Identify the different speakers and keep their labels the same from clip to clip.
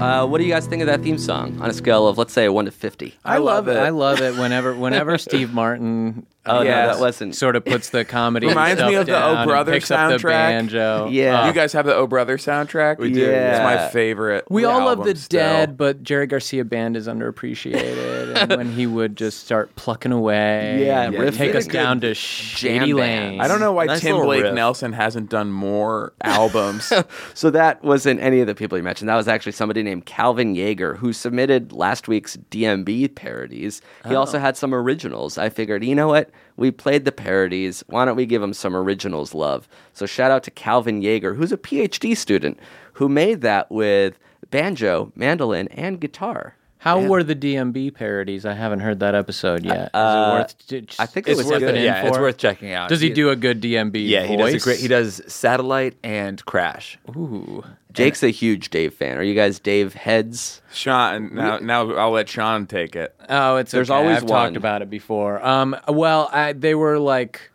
Speaker 1: Uh, what do you guys think of that theme song on a scale of, let's say, 1 to 50?
Speaker 2: I, love, it. I love it whenever whenever Steve Martin.
Speaker 1: Oh, no,
Speaker 3: Yes.
Speaker 1: that wasn't.
Speaker 2: Sort of puts the comedy.
Speaker 3: Reminds
Speaker 2: stuff
Speaker 3: me of the
Speaker 2: down
Speaker 3: Oh
Speaker 2: and
Speaker 3: Brother
Speaker 2: picks up the
Speaker 3: soundtrack.
Speaker 2: banjo.
Speaker 1: Yeah.
Speaker 3: you guys have the Oh Brother soundtrack?
Speaker 1: We do. Yeah.
Speaker 3: It's my favorite.
Speaker 2: Uh, We all love
Speaker 3: album
Speaker 2: the
Speaker 3: still.
Speaker 2: dead, but Jerry Garcia Band is underappreciated. and when he would just start plucking away,
Speaker 1: Yeah,
Speaker 2: and
Speaker 1: riff
Speaker 2: take
Speaker 1: is
Speaker 2: us
Speaker 1: good
Speaker 2: down
Speaker 1: jam
Speaker 2: to shady
Speaker 1: band.
Speaker 2: lanes.
Speaker 3: I don't know why
Speaker 1: Nice
Speaker 3: Tim
Speaker 1: little
Speaker 3: Blake
Speaker 1: riff.
Speaker 3: Nelson hasn't done more albums.
Speaker 1: So that wasn't any of the people you mentioned. That was actually somebody named Calvin Yeager who submitted last week's DMB parodies. He also had some originals. I figured, you know what? We played the parodies. Why don't we give him some originals love? So shout out to Calvin Yeager, who's a PhD student who made that with banjo, mandolin, and guitar.
Speaker 2: How were the DMB parodies? I haven't heard that episode yet. is it worth?
Speaker 1: I think it It's was worth
Speaker 2: stepping
Speaker 1: it.
Speaker 2: in
Speaker 4: yeah, it's
Speaker 2: for?
Speaker 4: worth checking out.
Speaker 2: Does he do a good DMB?
Speaker 4: Yeah, he does a
Speaker 2: voice?
Speaker 4: great. He does satellite and crash.
Speaker 2: Ooh.
Speaker 1: Jake's a huge Dave fan. Are you guys Dave heads?
Speaker 3: Sean, now, now I'll let Sean take it.
Speaker 2: Oh, it's
Speaker 1: There's
Speaker 2: okay.
Speaker 1: always
Speaker 2: I've
Speaker 1: one.
Speaker 2: talked about it before. Um, well, I, they were like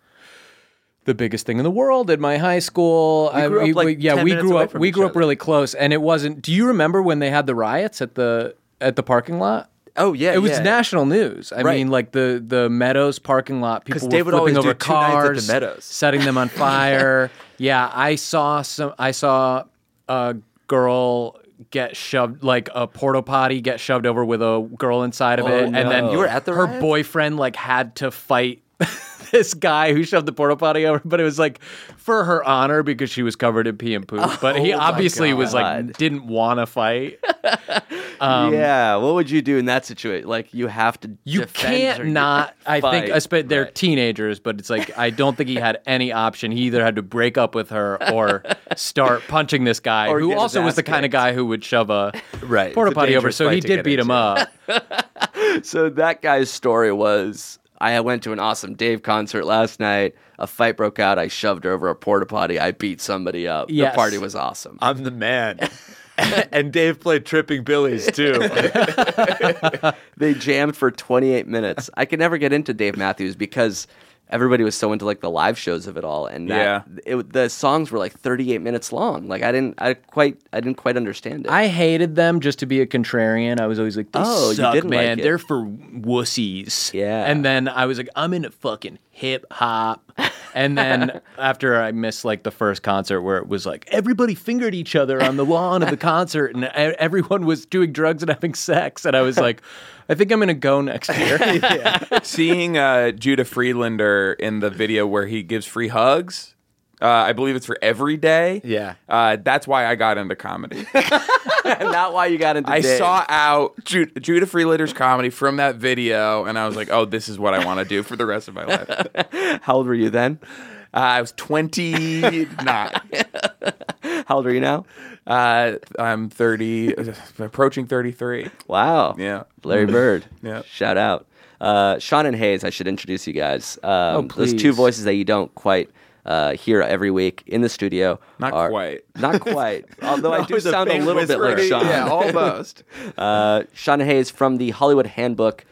Speaker 2: the biggest thing in the world at my high school. I-
Speaker 4: grew up, like,
Speaker 2: yeah,
Speaker 4: 10
Speaker 2: we
Speaker 4: minutes
Speaker 2: grew
Speaker 4: away
Speaker 2: up.
Speaker 4: from
Speaker 2: We
Speaker 4: each
Speaker 2: grew up
Speaker 4: other.
Speaker 2: really close, and it wasn't. Do you remember when they had the riots at the at the parking lot?
Speaker 4: Oh yeah,
Speaker 2: It was
Speaker 4: yeah.
Speaker 2: national news. I
Speaker 4: Right.
Speaker 2: mean, like the the Meadows parking lot,
Speaker 4: 'Cause
Speaker 2: people were
Speaker 4: they would
Speaker 2: flipping
Speaker 4: always do
Speaker 2: over
Speaker 4: two nights at the
Speaker 2: cars,
Speaker 4: Meadows.
Speaker 2: setting them on fire. yeah, I saw some. I saw a girl get shoved, like a porta potty get shoved over with a girl inside of it, and then
Speaker 4: Oh, no. You were at the
Speaker 2: her
Speaker 4: riot?
Speaker 2: boyfriend like had to fight. This guy who shoved the porta potty over, but it was like for her honor because she was covered in pee and poop. But
Speaker 4: Oh
Speaker 2: he obviously was
Speaker 1: God.
Speaker 2: like didn't want to fight.
Speaker 1: yeah. What would you do in that situation? Like you have to.
Speaker 2: Um, You
Speaker 1: defend
Speaker 2: can't
Speaker 1: or you-
Speaker 2: not. I think
Speaker 1: fight.
Speaker 2: I spent they're teenagers, but it's like I don't think he had any option. He either had to break up with her or start punching this guy,
Speaker 4: Or
Speaker 2: who
Speaker 4: get his
Speaker 2: also was
Speaker 4: ass
Speaker 2: the kind of
Speaker 4: kicked.
Speaker 2: guy who would shove a
Speaker 4: Right, it's
Speaker 2: porta
Speaker 4: a
Speaker 2: potty over.
Speaker 4: dangerous
Speaker 2: So he
Speaker 4: fight to
Speaker 2: did
Speaker 4: get
Speaker 2: beat him
Speaker 4: into.
Speaker 2: up.
Speaker 1: So that guy's story was I went to an awesome Dave concert last night. A fight broke out. I shoved her over a porta potty. I beat somebody up.
Speaker 2: Yes.
Speaker 1: The party was awesome.
Speaker 4: I'm the man. and Dave played tripping billies too.
Speaker 1: They jammed for 28 minutes. I could never get into Dave Matthews because everybody was so into like the live shows of it all and that, it, the songs were like 38 minutes long. Like I didn't I quite I didn't quite understand it.
Speaker 2: I hated them just to be a contrarian. I was always like, they
Speaker 1: Oh, you
Speaker 2: suck,
Speaker 1: didn't like
Speaker 2: man.
Speaker 1: it."
Speaker 2: They're for wussies.
Speaker 1: Yeah.
Speaker 2: And then I was like, I'm into fucking hip hop. And then after I missed like the first concert where it was like everybody fingered each other on the lawn of the concert and e- everyone was doing drugs and having sex. And I was like, I think I'm going to go next year.
Speaker 3: Seeing uh, Judah Friedlander in the video where he gives free hugs, uh, I believe it's for every day.
Speaker 4: Yeah.
Speaker 3: Uh, that's why I got into comedy.
Speaker 1: not why you got into
Speaker 3: I
Speaker 1: Dave.
Speaker 3: saw out Ju- Judah Freelander's comedy from that video, and I was like, oh, this is what I want to do for the rest of my life. Uh,
Speaker 1: How old were you then?
Speaker 3: I was 29.
Speaker 1: How old are you now?
Speaker 3: Uh, I'm 30, approaching 33.
Speaker 1: Wow.
Speaker 3: Yeah.
Speaker 1: Larry Bird.
Speaker 3: Yeah.
Speaker 1: Shout
Speaker 4: Oh,
Speaker 1: out. Uh, Sean and Hayes, I should introduce you guys. Um, Those two
Speaker 2: please.
Speaker 1: voices that you don't quite uh, here every week in the studio.
Speaker 3: Not
Speaker 1: are-
Speaker 3: quite.
Speaker 1: Not quite. Although I do
Speaker 4: With a
Speaker 1: sound a
Speaker 4: faint
Speaker 1: little bit like
Speaker 4: whisper.
Speaker 1: Sean.
Speaker 4: Yeah, almost.
Speaker 1: Uh, Sean Hayes from the Hollywood Handbook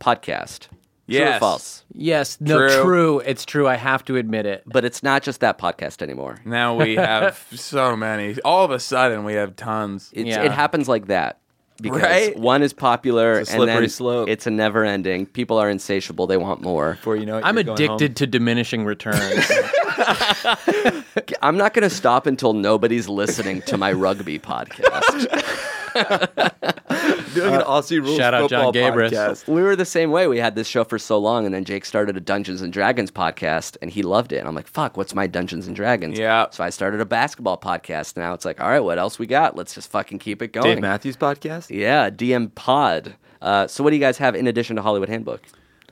Speaker 1: podcast. True or
Speaker 3: Yes.
Speaker 1: false?
Speaker 2: Yes, no,
Speaker 3: True.
Speaker 2: true. It's true. I have to admit it.
Speaker 1: But it's not just that podcast anymore.
Speaker 3: Now we have so many. All of a sudden, we have tons.
Speaker 1: It's,
Speaker 2: Yeah.
Speaker 1: It happens like that. Because
Speaker 3: Right?
Speaker 1: one is popular,
Speaker 4: It's a
Speaker 1: and then
Speaker 4: slippery slope.
Speaker 1: it's a never ending. People are insatiable; they want more.
Speaker 4: Before you know it,
Speaker 2: I'm
Speaker 4: you're going
Speaker 2: addicted to diminishing returns.
Speaker 1: I'm not going to stop until nobody's listening to my rugby podcast.
Speaker 4: home. doing an Aussie rules
Speaker 2: shout out John
Speaker 4: football
Speaker 2: Gabris.
Speaker 4: podcast.
Speaker 1: we were the same way. We had this show for so long, and then Jake started a Dungeons and Dragons podcast, and he loved it. And I'm like, "Fuck, what's my Dungeons and Dragons?"
Speaker 3: Yeah.
Speaker 1: So I started a basketball podcast. Now it's like, all right, what else we got? Let's just fucking keep it going.
Speaker 4: Dave Matthews podcast.
Speaker 1: Yeah, DM Pod. Uh, so what do you guys have in addition to Hollywood Handbook?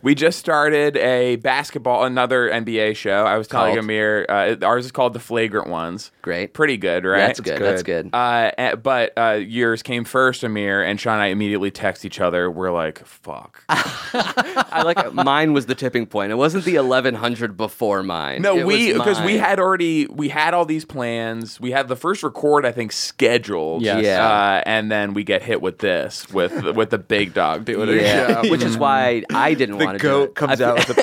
Speaker 3: We just started a basketball, another NBA show. I was telling
Speaker 1: Called?
Speaker 3: Amir, uh, it- ours is called The Flagrant Ones.
Speaker 1: Great.
Speaker 3: Pretty good, right?
Speaker 1: That's good. That's good.
Speaker 3: Uh, eh, but uh, yours came first, Amir, and Sean and I immediately text each other. We're like, fuck.
Speaker 1: I like mine was the tipping point. It wasn't the 1100 before mine.
Speaker 3: No,
Speaker 1: It
Speaker 3: we
Speaker 1: was
Speaker 3: because we
Speaker 1: mine.
Speaker 3: had already we had all these plans. We had the first record, I think, scheduled.
Speaker 2: Yes.
Speaker 1: Yeah.
Speaker 3: uh, and then we get hit with this with with the big dog doing it.
Speaker 1: yeah, which is why I didn't
Speaker 4: The
Speaker 1: want to do
Speaker 4: goat
Speaker 1: it.
Speaker 4: comes
Speaker 1: I-
Speaker 4: out with the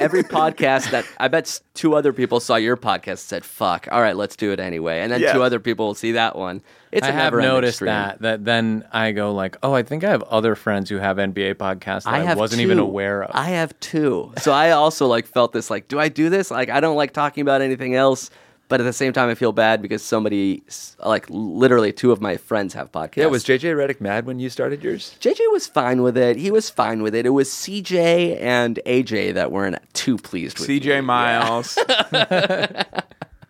Speaker 1: Every podcast that I bet s- two other people saw your podcast and said, "Fuck, all right, let's do it anyway." And then
Speaker 4: Yes.
Speaker 1: two other people will see that one. It's
Speaker 2: I
Speaker 1: a
Speaker 2: have
Speaker 1: never-ending
Speaker 2: noticed
Speaker 1: stream.
Speaker 2: that. That then I go like, oh, I think I have other friends who have NBA podcasts that I,
Speaker 1: have
Speaker 2: wasn't even
Speaker 1: two.
Speaker 2: aware of.
Speaker 1: I have two. So I also like felt this like, do I do this? Like I don't like talking about anything else, but at the same time I feel bad because somebody s- like literally two of my friends have podcasts.
Speaker 4: Yeah, was JJ Reddick mad when you started yours?
Speaker 1: JJ was fine with it. He was fine with it. It was CJ and AJ that weren't too pleased with me.
Speaker 3: CJ Miles.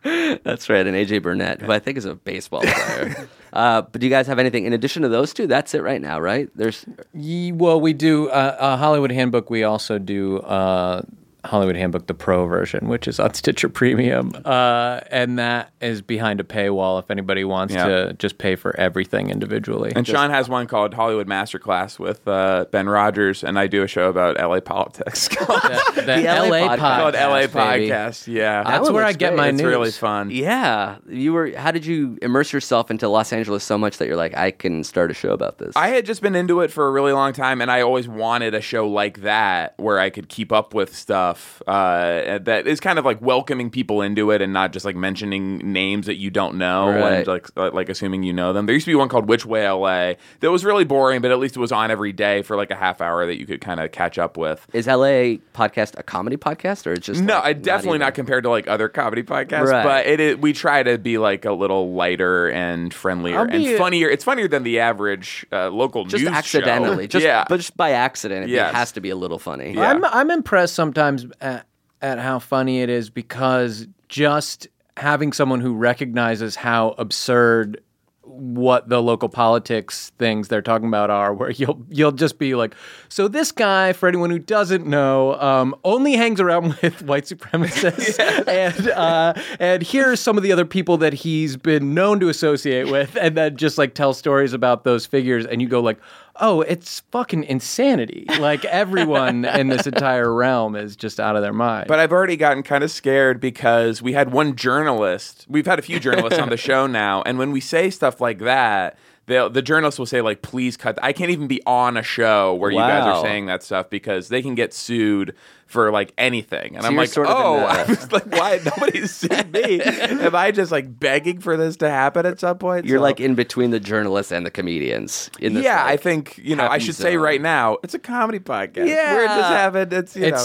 Speaker 1: That's right, and AJ Burnett, who I think is a baseball player. uh, but do you guys have anything in addition to those two? That's it right now, right? There's
Speaker 2: Ye- well, we do uh, a Hollywood Handbook. We also do uh, Hollywood Handbook, the pro version, which is on Stitcher Premium, uh, and that is behind a paywall. If anybody wants
Speaker 3: Yeah.
Speaker 2: to just pay for everything individually,
Speaker 3: And Sean has one called Hollywood Masterclass with uh, Ben Rogers, and I do a show about LA politics called,
Speaker 2: the,
Speaker 1: LA
Speaker 2: LA
Speaker 1: podcast,
Speaker 2: podcast,
Speaker 3: called LA
Speaker 2: baby.
Speaker 3: Podcast. Yeah,
Speaker 1: That
Speaker 2: That's
Speaker 1: one
Speaker 2: where I
Speaker 1: looks
Speaker 2: get
Speaker 1: great.
Speaker 2: my
Speaker 3: it's
Speaker 2: news.
Speaker 3: really fun.
Speaker 1: yeah. You were how did you immerse yourself into Los Angeles so much that you're like, I can start a show about this?
Speaker 3: I had just been into it for a really long time, and I always wanted a show like that where I could keep up with stuff uh, that is kind of like welcoming people into it and not just like mentioning names that you don't know
Speaker 1: Right.
Speaker 3: and like uh, like assuming you know them. There used to be one called Which Way LA that was really boring, but at least it was on every day for like a half hour that you could kind of catch up with.
Speaker 1: is LA podcast a comedy podcast or it's just
Speaker 3: No,
Speaker 1: like,
Speaker 3: I definitely
Speaker 1: even-
Speaker 3: not, compared to like other comedy podcasts,
Speaker 1: Right.
Speaker 3: but it, it we try to be like a little lighter and friendlier
Speaker 2: I'll be-
Speaker 3: and funnier. It's funnier than the average uh, local
Speaker 1: just
Speaker 3: news show.
Speaker 1: accidentally, just
Speaker 3: yeah.
Speaker 1: but just by accident, it
Speaker 3: Yes.
Speaker 1: has to be a little funny.
Speaker 3: Yeah.
Speaker 2: I'm I'm impressed sometimes at, at how funny it is because just having someone who recognizes how absurd what the local politics things they're talking about are where you'll you'll just be like so this guy for anyone who doesn't know um, only hangs around with white supremacists and uh, and here are some of the other people that he's been known to associate with and then just like tell stories about those figures and you go like oh it's fucking insanity like everyone in this entire realm is just out of their mind
Speaker 3: But I've already gotten kind of scared because we had one journalist. We've had a few journalists on the show now, and when we say stuff like that, they'll, the journalist will say like, "Please cut." th- I can't even be on a show where you guys
Speaker 1: Wow.
Speaker 3: are saying that stuff because they can get sued for like anything. And I'm
Speaker 1: you're
Speaker 3: like,
Speaker 1: sort of in
Speaker 3: "Oh,
Speaker 1: the-
Speaker 3: I was like, why nobody's sued me? Am I just like begging for this to happen at some point?"
Speaker 1: You're
Speaker 3: So-
Speaker 1: like in between the journalists and the comedians. In this,
Speaker 3: yeah, I
Speaker 1: like-
Speaker 3: think you know. I
Speaker 1: happy
Speaker 3: should say
Speaker 1: zone.
Speaker 3: right now, it's a comedy podcast. Yeah, we're just having it's you
Speaker 2: it's
Speaker 3: know,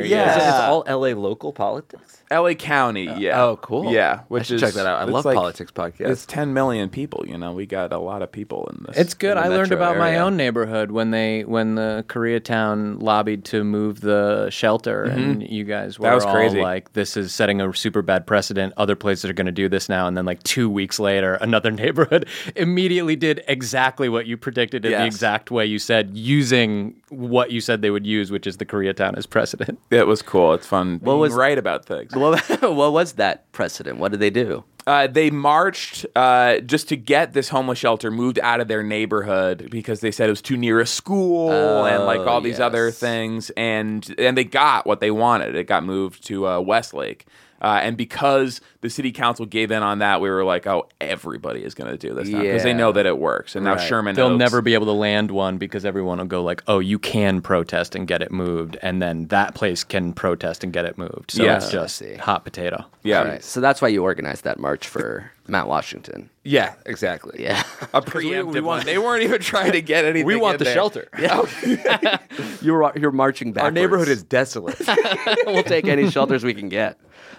Speaker 3: Yeah.
Speaker 4: Is it-
Speaker 2: yes.
Speaker 4: It's all LA local politics.
Speaker 3: LA County, yeah.
Speaker 4: oh, cool.
Speaker 3: Yeah,
Speaker 4: I
Speaker 3: which
Speaker 4: should
Speaker 3: is
Speaker 4: check that out. I
Speaker 3: it's
Speaker 4: love politics podcasts.
Speaker 3: It's ten million people. You know, we got a lot of people in this.
Speaker 2: It's good.
Speaker 3: in the
Speaker 2: I learned
Speaker 3: metro
Speaker 2: about my
Speaker 3: area.
Speaker 2: own neighborhood when they when the Koreatown lobbied to move the shelter, and you guys were
Speaker 3: Mm-hmm. was
Speaker 2: all
Speaker 3: crazy.
Speaker 2: like, "This is setting a super bad precedent. Other places are going to do this now." And then, like two weeks later, another neighborhood immediately did exactly what you predicted in the
Speaker 3: Yes.
Speaker 2: exact way you said, using what you said they would use, which is the Koreatown as precedent.
Speaker 3: It was cool. It's fun. What
Speaker 1: was-
Speaker 3: was right about things?
Speaker 1: what, what was that precedent? What did they do?
Speaker 3: Uh, they marched uh, just to get this homeless shelter moved out of their neighborhood because they said it was too near a school and like all these other
Speaker 1: yes.
Speaker 3: things. And and they got what they wanted. It got moved to uh, Westlake. Uh, and because the city council gave in on that, we were like, oh, everybody is going to do this now because they
Speaker 1: Yeah.
Speaker 3: know that it works. And now Sherman
Speaker 2: They'll
Speaker 3: Oaks-
Speaker 2: never be able to land one because everyone will go like, "Oh, you can protest and get it moved," and then that place can protest and get it moved. So
Speaker 3: Yeah.
Speaker 2: it's just
Speaker 1: see.
Speaker 2: hot potato.
Speaker 3: Yeah.
Speaker 1: All right. So that's why you organized that march for Mount Washington.
Speaker 4: Yeah, exactly.
Speaker 1: Yeah.
Speaker 3: A preemptive
Speaker 4: we want-
Speaker 3: one. They weren't even trying to get anything.
Speaker 4: We want
Speaker 3: in
Speaker 4: the
Speaker 3: there.
Speaker 4: shelter.
Speaker 1: You're you're marching back.
Speaker 4: Our neighborhood is desolate.
Speaker 1: we'll take any shelters we can get.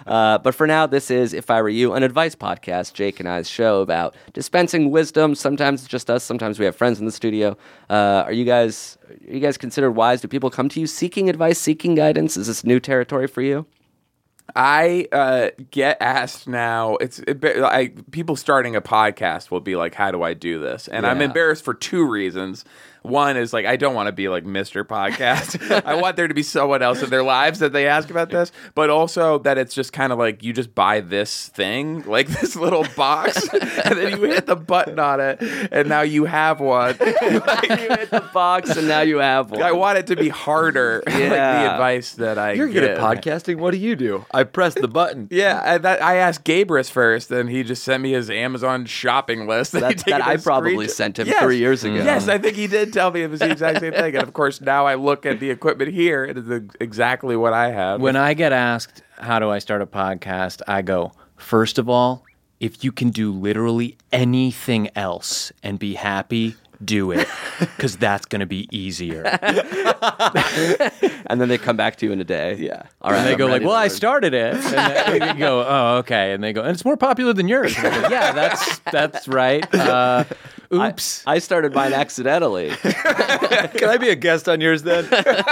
Speaker 1: Uh, but for now, this is If I Were You, an advice podcast, Jake and I's show about dispensing wisdom. Sometimes it's just us, sometimes we have friends in the studio. Uh, are you guys are you guys considered wise? Do people come to you seeking advice, seeking guidance? Is this new territory for you?
Speaker 3: I uh, get asked now. It's it, ba- I, people starting a podcast will be like, "How do I do this?" And I'm
Speaker 1: Yeah.
Speaker 3: embarrassed for two reasons. One is like I don't want to be like Mr. Podcast. I want there to be someone else in their lives that they ask about this, but also that it's just kind of like you just buy this thing, like this little box, and then you hit the button on it, and now you have one. Like,
Speaker 1: you hit the box and now you have one.
Speaker 3: I want it to be harder, like the
Speaker 1: Yeah.
Speaker 3: advice that I
Speaker 4: You're good
Speaker 3: give.
Speaker 4: at podcasting. What do you do? I press the button.
Speaker 3: Yeah, I, that, I asked Gabrus first, and he just sent me his Amazon shopping list. he
Speaker 1: That-
Speaker 3: taken
Speaker 1: that I
Speaker 3: a
Speaker 1: probably
Speaker 3: screenshot-
Speaker 1: sent him three years ago.
Speaker 3: Yes, I think he did tell me it was the exact same thing. And of course, now I look at the equipment here, and it's the- exactly what I have.
Speaker 2: When I get asked, "How do I start a podcast?" I go, first of all, if you can do literally anything else and be happy, do it because that's going to be easier."
Speaker 1: and then they come back to you in a day. Yeah. All right.
Speaker 2: And they
Speaker 1: I'm
Speaker 2: go like,
Speaker 1: ready to
Speaker 2: "Well, I
Speaker 1: learn."
Speaker 2: started it." And then they go, "Oh, okay." And they go, "And it's more popular than yours." And I go, yeah, that's that's right. Uh, oops,
Speaker 1: I started mine accidentally.
Speaker 4: Can I be a guest on yours then?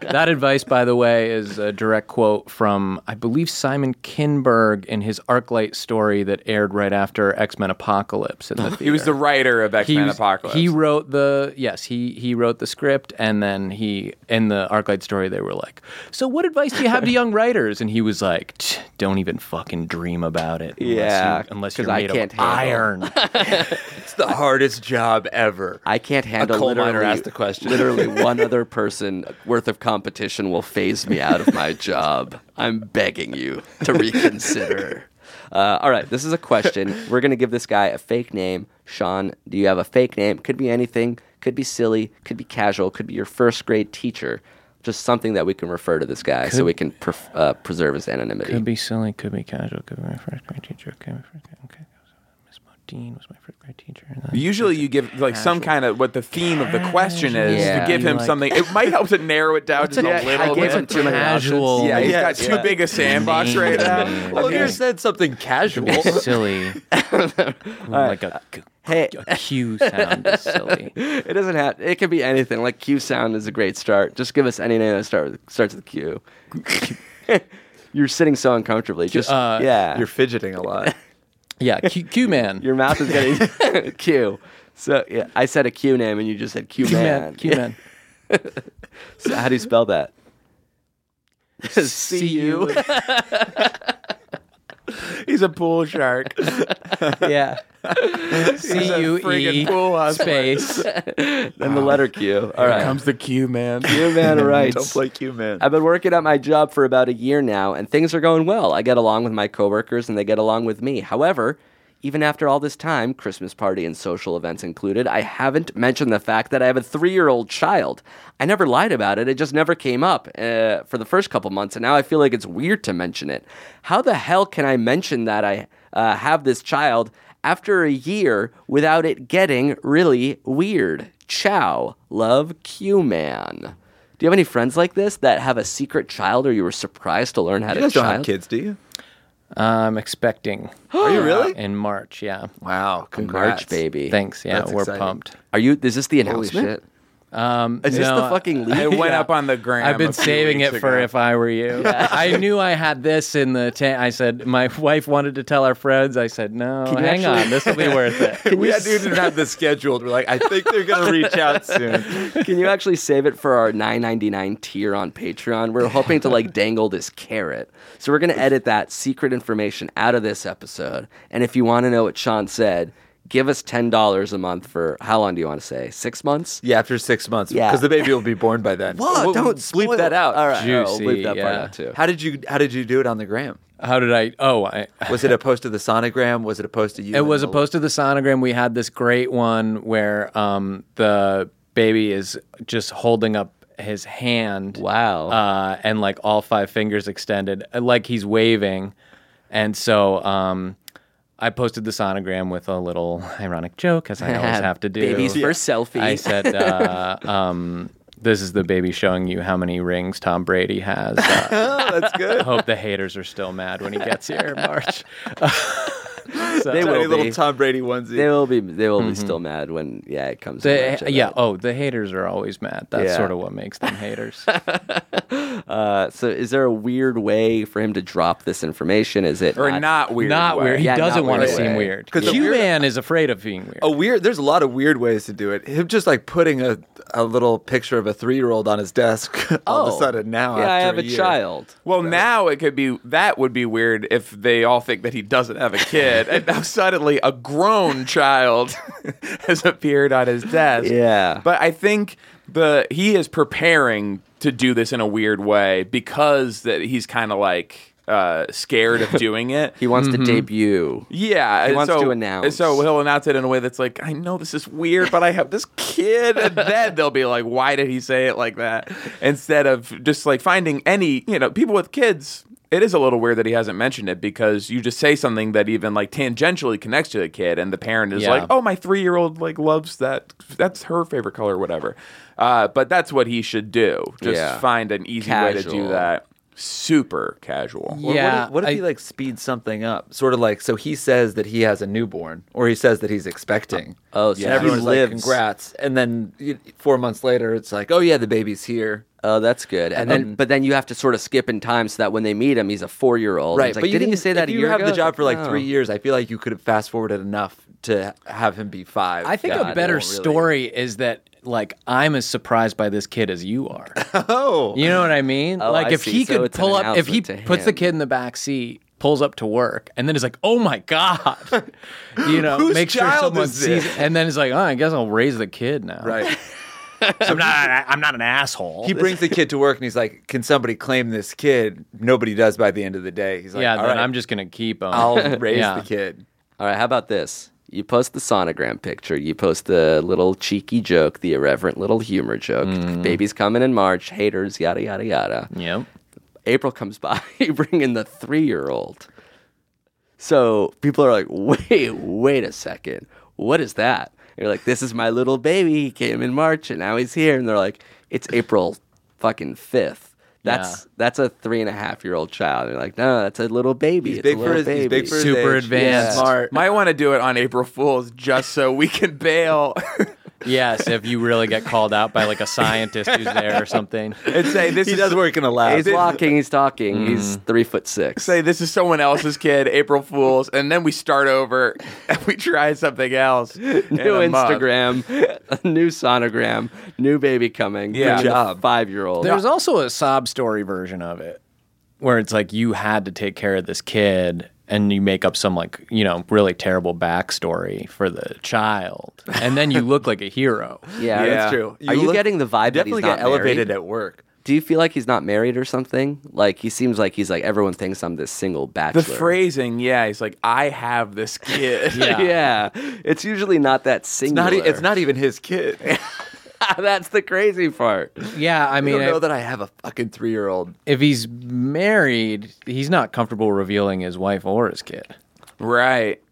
Speaker 2: that advice, by the way, is a direct quote from I believe Simon Kinberg in his ArcLight story that aired right after X Men Apocalypse. In the
Speaker 3: he was the writer of X
Speaker 2: he
Speaker 3: Men
Speaker 2: was-
Speaker 3: Apocalypse.
Speaker 2: He wrote the yes, he he wrote the script and then he in the ArcLight story they were like, "So what advice do you have to young writers?" And he was like, "Tch, "Don't even fucking dream about it." Unless
Speaker 1: Yeah,
Speaker 2: you, unless
Speaker 1: 'cause
Speaker 2: you're
Speaker 1: I
Speaker 2: made
Speaker 1: can't
Speaker 2: of
Speaker 1: handle-
Speaker 2: iron.
Speaker 4: It's the hardest job ever.
Speaker 1: I can't handle
Speaker 4: coal miner
Speaker 1: literally,
Speaker 4: asked a question.
Speaker 1: literally one other person worth of competition will phase me out of my job. I'm begging you to reconsider. Uh, all right, this is a question. We're going to give this guy a fake name. Sean, do you have a fake name? Could be anything, could be silly, could be casual, could be your first grade teacher. Just something that we can refer to this guy so we can pref uh, preserve his anonymity.
Speaker 2: could be silly, could be casual, could be my first grade teacher. Okay, my first grade, okay. uh, Miss Modine was my first grade teacher. and then-
Speaker 3: Usually, you give like some kind of what the theme of the question is.
Speaker 1: Yeah.
Speaker 3: You give him
Speaker 2: Like-
Speaker 3: something. It might help to narrow it down just a
Speaker 1: I
Speaker 3: little
Speaker 1: gave him
Speaker 3: bit.
Speaker 1: too many
Speaker 2: Casual.
Speaker 1: options.
Speaker 3: Yeah, he's
Speaker 4: Yeah,
Speaker 3: got too
Speaker 4: yeah.
Speaker 3: big a sandbox right now.
Speaker 4: Well, you
Speaker 3: Okay.
Speaker 4: said something casual.
Speaker 2: Could be silly, like a,
Speaker 1: Hey,
Speaker 2: a Q sound is silly.
Speaker 1: it doesn't have. It could be anything. Like Q sound is a great start. Just give us any name that start with, starts with Q. You're sitting so uncomfortably. Just
Speaker 2: uh,
Speaker 1: yeah.
Speaker 4: You're
Speaker 1: Your
Speaker 4: fidgeting a lot.
Speaker 2: Yeah, Q, Q man.
Speaker 1: your mouth is getting Q. So yeah, I said a Q name and you just said Q
Speaker 2: Q
Speaker 1: man.
Speaker 2: man. Q man.
Speaker 1: So how do you spell that? C U.
Speaker 3: He's a pool shark.
Speaker 2: Yeah. C U E
Speaker 3: friggin' pool hustler.
Speaker 2: space.
Speaker 1: Then the letter Q. All right.
Speaker 3: Comes the Q man.
Speaker 1: Q man writes.
Speaker 4: you, man.
Speaker 1: I've been working at my job for about a year now, and things are going well. I get along with my coworkers, and they get along with me. However, even after all this time, Christmas party and social events included, I haven't mentioned the fact that I have a three year old child. I never lied about it, it just never came up uh, for the first couple months, and now I feel like it's weird to mention it. How the hell can I mention that I uh, have this child after a year without it getting really weird? Ciao, love Q Man. Do you have any friends like this that have a secret child, or you were surprised to learn how
Speaker 4: You
Speaker 1: to
Speaker 4: guys don't have
Speaker 1: child?
Speaker 4: kids, do you?
Speaker 2: I'm expecting.
Speaker 4: Are you really?
Speaker 2: In March, yeah.
Speaker 4: Wow,
Speaker 1: March baby.
Speaker 2: Thanks. Yeah,
Speaker 4: That's
Speaker 2: we're
Speaker 4: exciting.
Speaker 2: pumped.
Speaker 1: Are you? Is this the announcement?
Speaker 2: Um,
Speaker 1: Is this
Speaker 2: no,
Speaker 1: the fucking lead?
Speaker 3: It went up on the gram.
Speaker 2: I've
Speaker 3: a
Speaker 2: been
Speaker 3: few
Speaker 2: saving
Speaker 3: weeks
Speaker 2: it for
Speaker 3: ago.
Speaker 2: if I were you. I knew I had this in the tank. I said my wife wanted to tell our friends. I said no.
Speaker 1: you
Speaker 2: Hang
Speaker 1: actually-
Speaker 2: on, this will be worth it.
Speaker 4: We had- we didn't have this scheduled. We're like, I think they're gonna reach out soon.
Speaker 1: Can you actually save it for our 9.99 tier on Patreon? We're hoping to like dangle this carrot. So we're going to edit that secret information out of this episode. And if you want to know what Sean said, give us $10 a month for how long do you want to say? 6 months?
Speaker 4: Yeah, after six months,
Speaker 1: Yeah.
Speaker 4: because the baby will be born by then. Whoa,
Speaker 1: don't
Speaker 4: bleep that out.
Speaker 1: All right. I'll
Speaker 2: Juicy,
Speaker 1: leave that part
Speaker 2: yeah.
Speaker 1: out too.
Speaker 4: How did you How did you do it on the gram?
Speaker 2: How did I? Oh, I,
Speaker 4: Was it a post to the sonogram? Was it a post to you?
Speaker 2: It
Speaker 4: and
Speaker 2: was
Speaker 4: the-
Speaker 2: opposed to the sonogram. We had this great one where um, the baby is just holding up his hand.
Speaker 1: Wow.
Speaker 2: Uh, and like all five fingers extended, uh, like he's waving. And so um, I posted the sonogram with a little ironic joke, as I always have to do.
Speaker 1: Baby's first selfie.
Speaker 2: I said, uh, um, This is the baby showing you how many rings Tom Brady has. Uh,
Speaker 4: Oh, that's good.
Speaker 2: I hope the haters are still mad when he gets here in March.
Speaker 1: they
Speaker 4: Tiny Mm-hmm.
Speaker 1: will
Speaker 4: little
Speaker 1: be.
Speaker 4: Tom Brady onesie.
Speaker 1: They will be. They will be still mad when yeah it comes.
Speaker 2: The,
Speaker 1: around, I
Speaker 2: yeah.
Speaker 1: bet.
Speaker 2: Oh, the haters are always mad. That's
Speaker 1: Yeah.
Speaker 2: sort of what makes them haters.
Speaker 1: Uh, so is there a weird way for him to drop this information? Is it
Speaker 3: or not weird.
Speaker 2: not
Speaker 3: way.
Speaker 2: weird. He
Speaker 1: Yeah,
Speaker 2: doesn't
Speaker 1: not
Speaker 2: want to
Speaker 1: weird
Speaker 2: seem
Speaker 1: way.
Speaker 2: weird.
Speaker 4: 'Cause the
Speaker 2: Q
Speaker 4: weird- Oh,
Speaker 2: Man is afraid of being weird.
Speaker 4: a weird. There's a lot of weird ways to do it. Him just like putting a, a little picture of a three year old on his desk. all of a sudden now,
Speaker 1: Oh. Yeah, I
Speaker 4: after
Speaker 1: have a
Speaker 4: year.
Speaker 1: child.
Speaker 3: Well, now it could be that would be weird if they all think that he doesn't have a kid, and now suddenly a grown child has appeared on his desk.
Speaker 1: Yeah.
Speaker 3: but I think the he is preparing to do this in a weird way because that he's kind of like uh, scared of doing it.
Speaker 1: He wants
Speaker 4: Mm-hmm.
Speaker 1: to debut.
Speaker 3: Yeah,
Speaker 1: He
Speaker 3: and
Speaker 1: wants
Speaker 3: so,
Speaker 1: to announce.
Speaker 3: and So he'll announce it in a way that's like, I know this is weird, but I have this kid, and then they'll be like, Why did he say it like that? Instead of just like finding any, you know, people with kids. It is a little weird that he hasn't mentioned it because you just say something that even like tangentially connects to the kid, and the parent is
Speaker 2: Yeah.
Speaker 3: like, "Oh, my three-year-old like loves that. That's her favorite color, whatever." Uh, but that's what he should do. Just
Speaker 1: Yeah.
Speaker 3: find an easy way to do
Speaker 1: Casual.
Speaker 3: that. Super casual.
Speaker 4: Or
Speaker 2: Yeah,
Speaker 4: What if, what if
Speaker 2: I-
Speaker 4: he like speeds something up? Sort of like so he says that he has a newborn, or he says that he's expecting.
Speaker 1: Oh, so
Speaker 4: yeah.
Speaker 1: he
Speaker 4: everyone's
Speaker 1: lives.
Speaker 4: like, "Congrats!" And then you, four months later, it's like, "Oh yeah, the baby's here."
Speaker 1: Oh, that's good. And then, but then you have to sort of skip in time so that when they meet him, he's a four-year-old.
Speaker 4: Right,
Speaker 1: It's like,
Speaker 4: but you
Speaker 1: didn't you say that
Speaker 4: If
Speaker 1: a
Speaker 4: you
Speaker 1: year
Speaker 4: have
Speaker 1: ago?" "Oh."
Speaker 4: the job for like
Speaker 1: No.
Speaker 4: three years, I feel like you could have fast forwarded enough to have him be five.
Speaker 2: I think
Speaker 1: God,
Speaker 2: a better
Speaker 4: really.
Speaker 2: story is that like I'm as surprised by this kid as you are.
Speaker 4: Oh,
Speaker 2: You know what I mean?
Speaker 1: Oh,
Speaker 2: like
Speaker 1: I
Speaker 2: if
Speaker 1: see.
Speaker 2: he
Speaker 1: So
Speaker 2: could
Speaker 1: it's an
Speaker 2: pull up, if he
Speaker 1: announcement to
Speaker 2: puts the
Speaker 1: him.
Speaker 2: kid in the back seat, pulls up to work, and then is like, "Oh my god," you know,
Speaker 4: Whose
Speaker 2: make sure
Speaker 4: child
Speaker 2: someone
Speaker 4: is
Speaker 2: sees,
Speaker 4: this?
Speaker 2: it. and then it's like, "Oh, I guess I'll raise the kid now."
Speaker 4: right.
Speaker 2: I'm not. I'm not an asshole.
Speaker 4: He brings the kid to work and he's like, "Can somebody claim this kid?" Nobody does by the end of the day. He's like,
Speaker 2: yeah,
Speaker 4: "All
Speaker 2: then
Speaker 4: right,
Speaker 2: I'm just gonna keep him.
Speaker 4: I'll raise
Speaker 2: Yeah.
Speaker 4: the kid."
Speaker 1: All right, how about this? You post the sonogram picture. You post the little cheeky joke, the irreverent little humor joke.
Speaker 4: Mm-hmm.
Speaker 1: Baby's coming in March. Haters, yada yada yada.
Speaker 2: Yep.
Speaker 1: April comes by, you bring in the three year old. So people are like, wait, wait a second. What is that? And you're like, this is my little baby. He came in March and now he's here. And they're like, it's April fucking 5th. That's that's a three and a half year old child. And you're like, no, that's a little baby. it's a
Speaker 4: big for
Speaker 1: little
Speaker 4: his- he's
Speaker 1: baby.
Speaker 4: big for his
Speaker 2: Super
Speaker 4: age.
Speaker 2: advanced.
Speaker 4: Smart.
Speaker 3: Might want to do it on April Fools just so we can bail
Speaker 2: Yes, if you really get called out by like a scientist who's there or something.
Speaker 3: and say this
Speaker 4: He
Speaker 3: is
Speaker 4: does work in a lab.
Speaker 1: He's walking, he's talking,
Speaker 4: Mm-hmm.
Speaker 1: he's three foot six.
Speaker 3: say this is someone else's kid, April Fools, and then we start over and we try something else. New
Speaker 1: new Instagram, a new sonogram, new baby coming.
Speaker 3: Yeah. Good
Speaker 4: job.
Speaker 1: Five year old.
Speaker 2: There's also a sob story version of it where it's like you had to take care of this kid and you make up some like, you know, really terrible backstory for the child. And then you look like a hero.
Speaker 1: Yeah,
Speaker 3: Yeah.
Speaker 4: That's true.
Speaker 1: Are you
Speaker 4: look-
Speaker 1: getting the vibe that he's
Speaker 4: definitely
Speaker 1: not
Speaker 4: get elevated
Speaker 1: married?
Speaker 4: at work.
Speaker 1: Do you feel like he's not married or something? Like he seems like he's like everyone thinks I'm this single bachelor.
Speaker 3: The phrasing, yeah, he's like, I have this kid.
Speaker 1: Yeah. it's usually not that
Speaker 4: It's
Speaker 1: singular.
Speaker 4: not. e- It's not even his kid.
Speaker 1: That's the crazy part.
Speaker 2: Yeah, I
Speaker 4: I
Speaker 2: mean,
Speaker 4: don't know
Speaker 2: if,
Speaker 4: that I have a fucking three year old.
Speaker 2: if he's married, he's not comfortable revealing his wife or his kid.
Speaker 3: Right.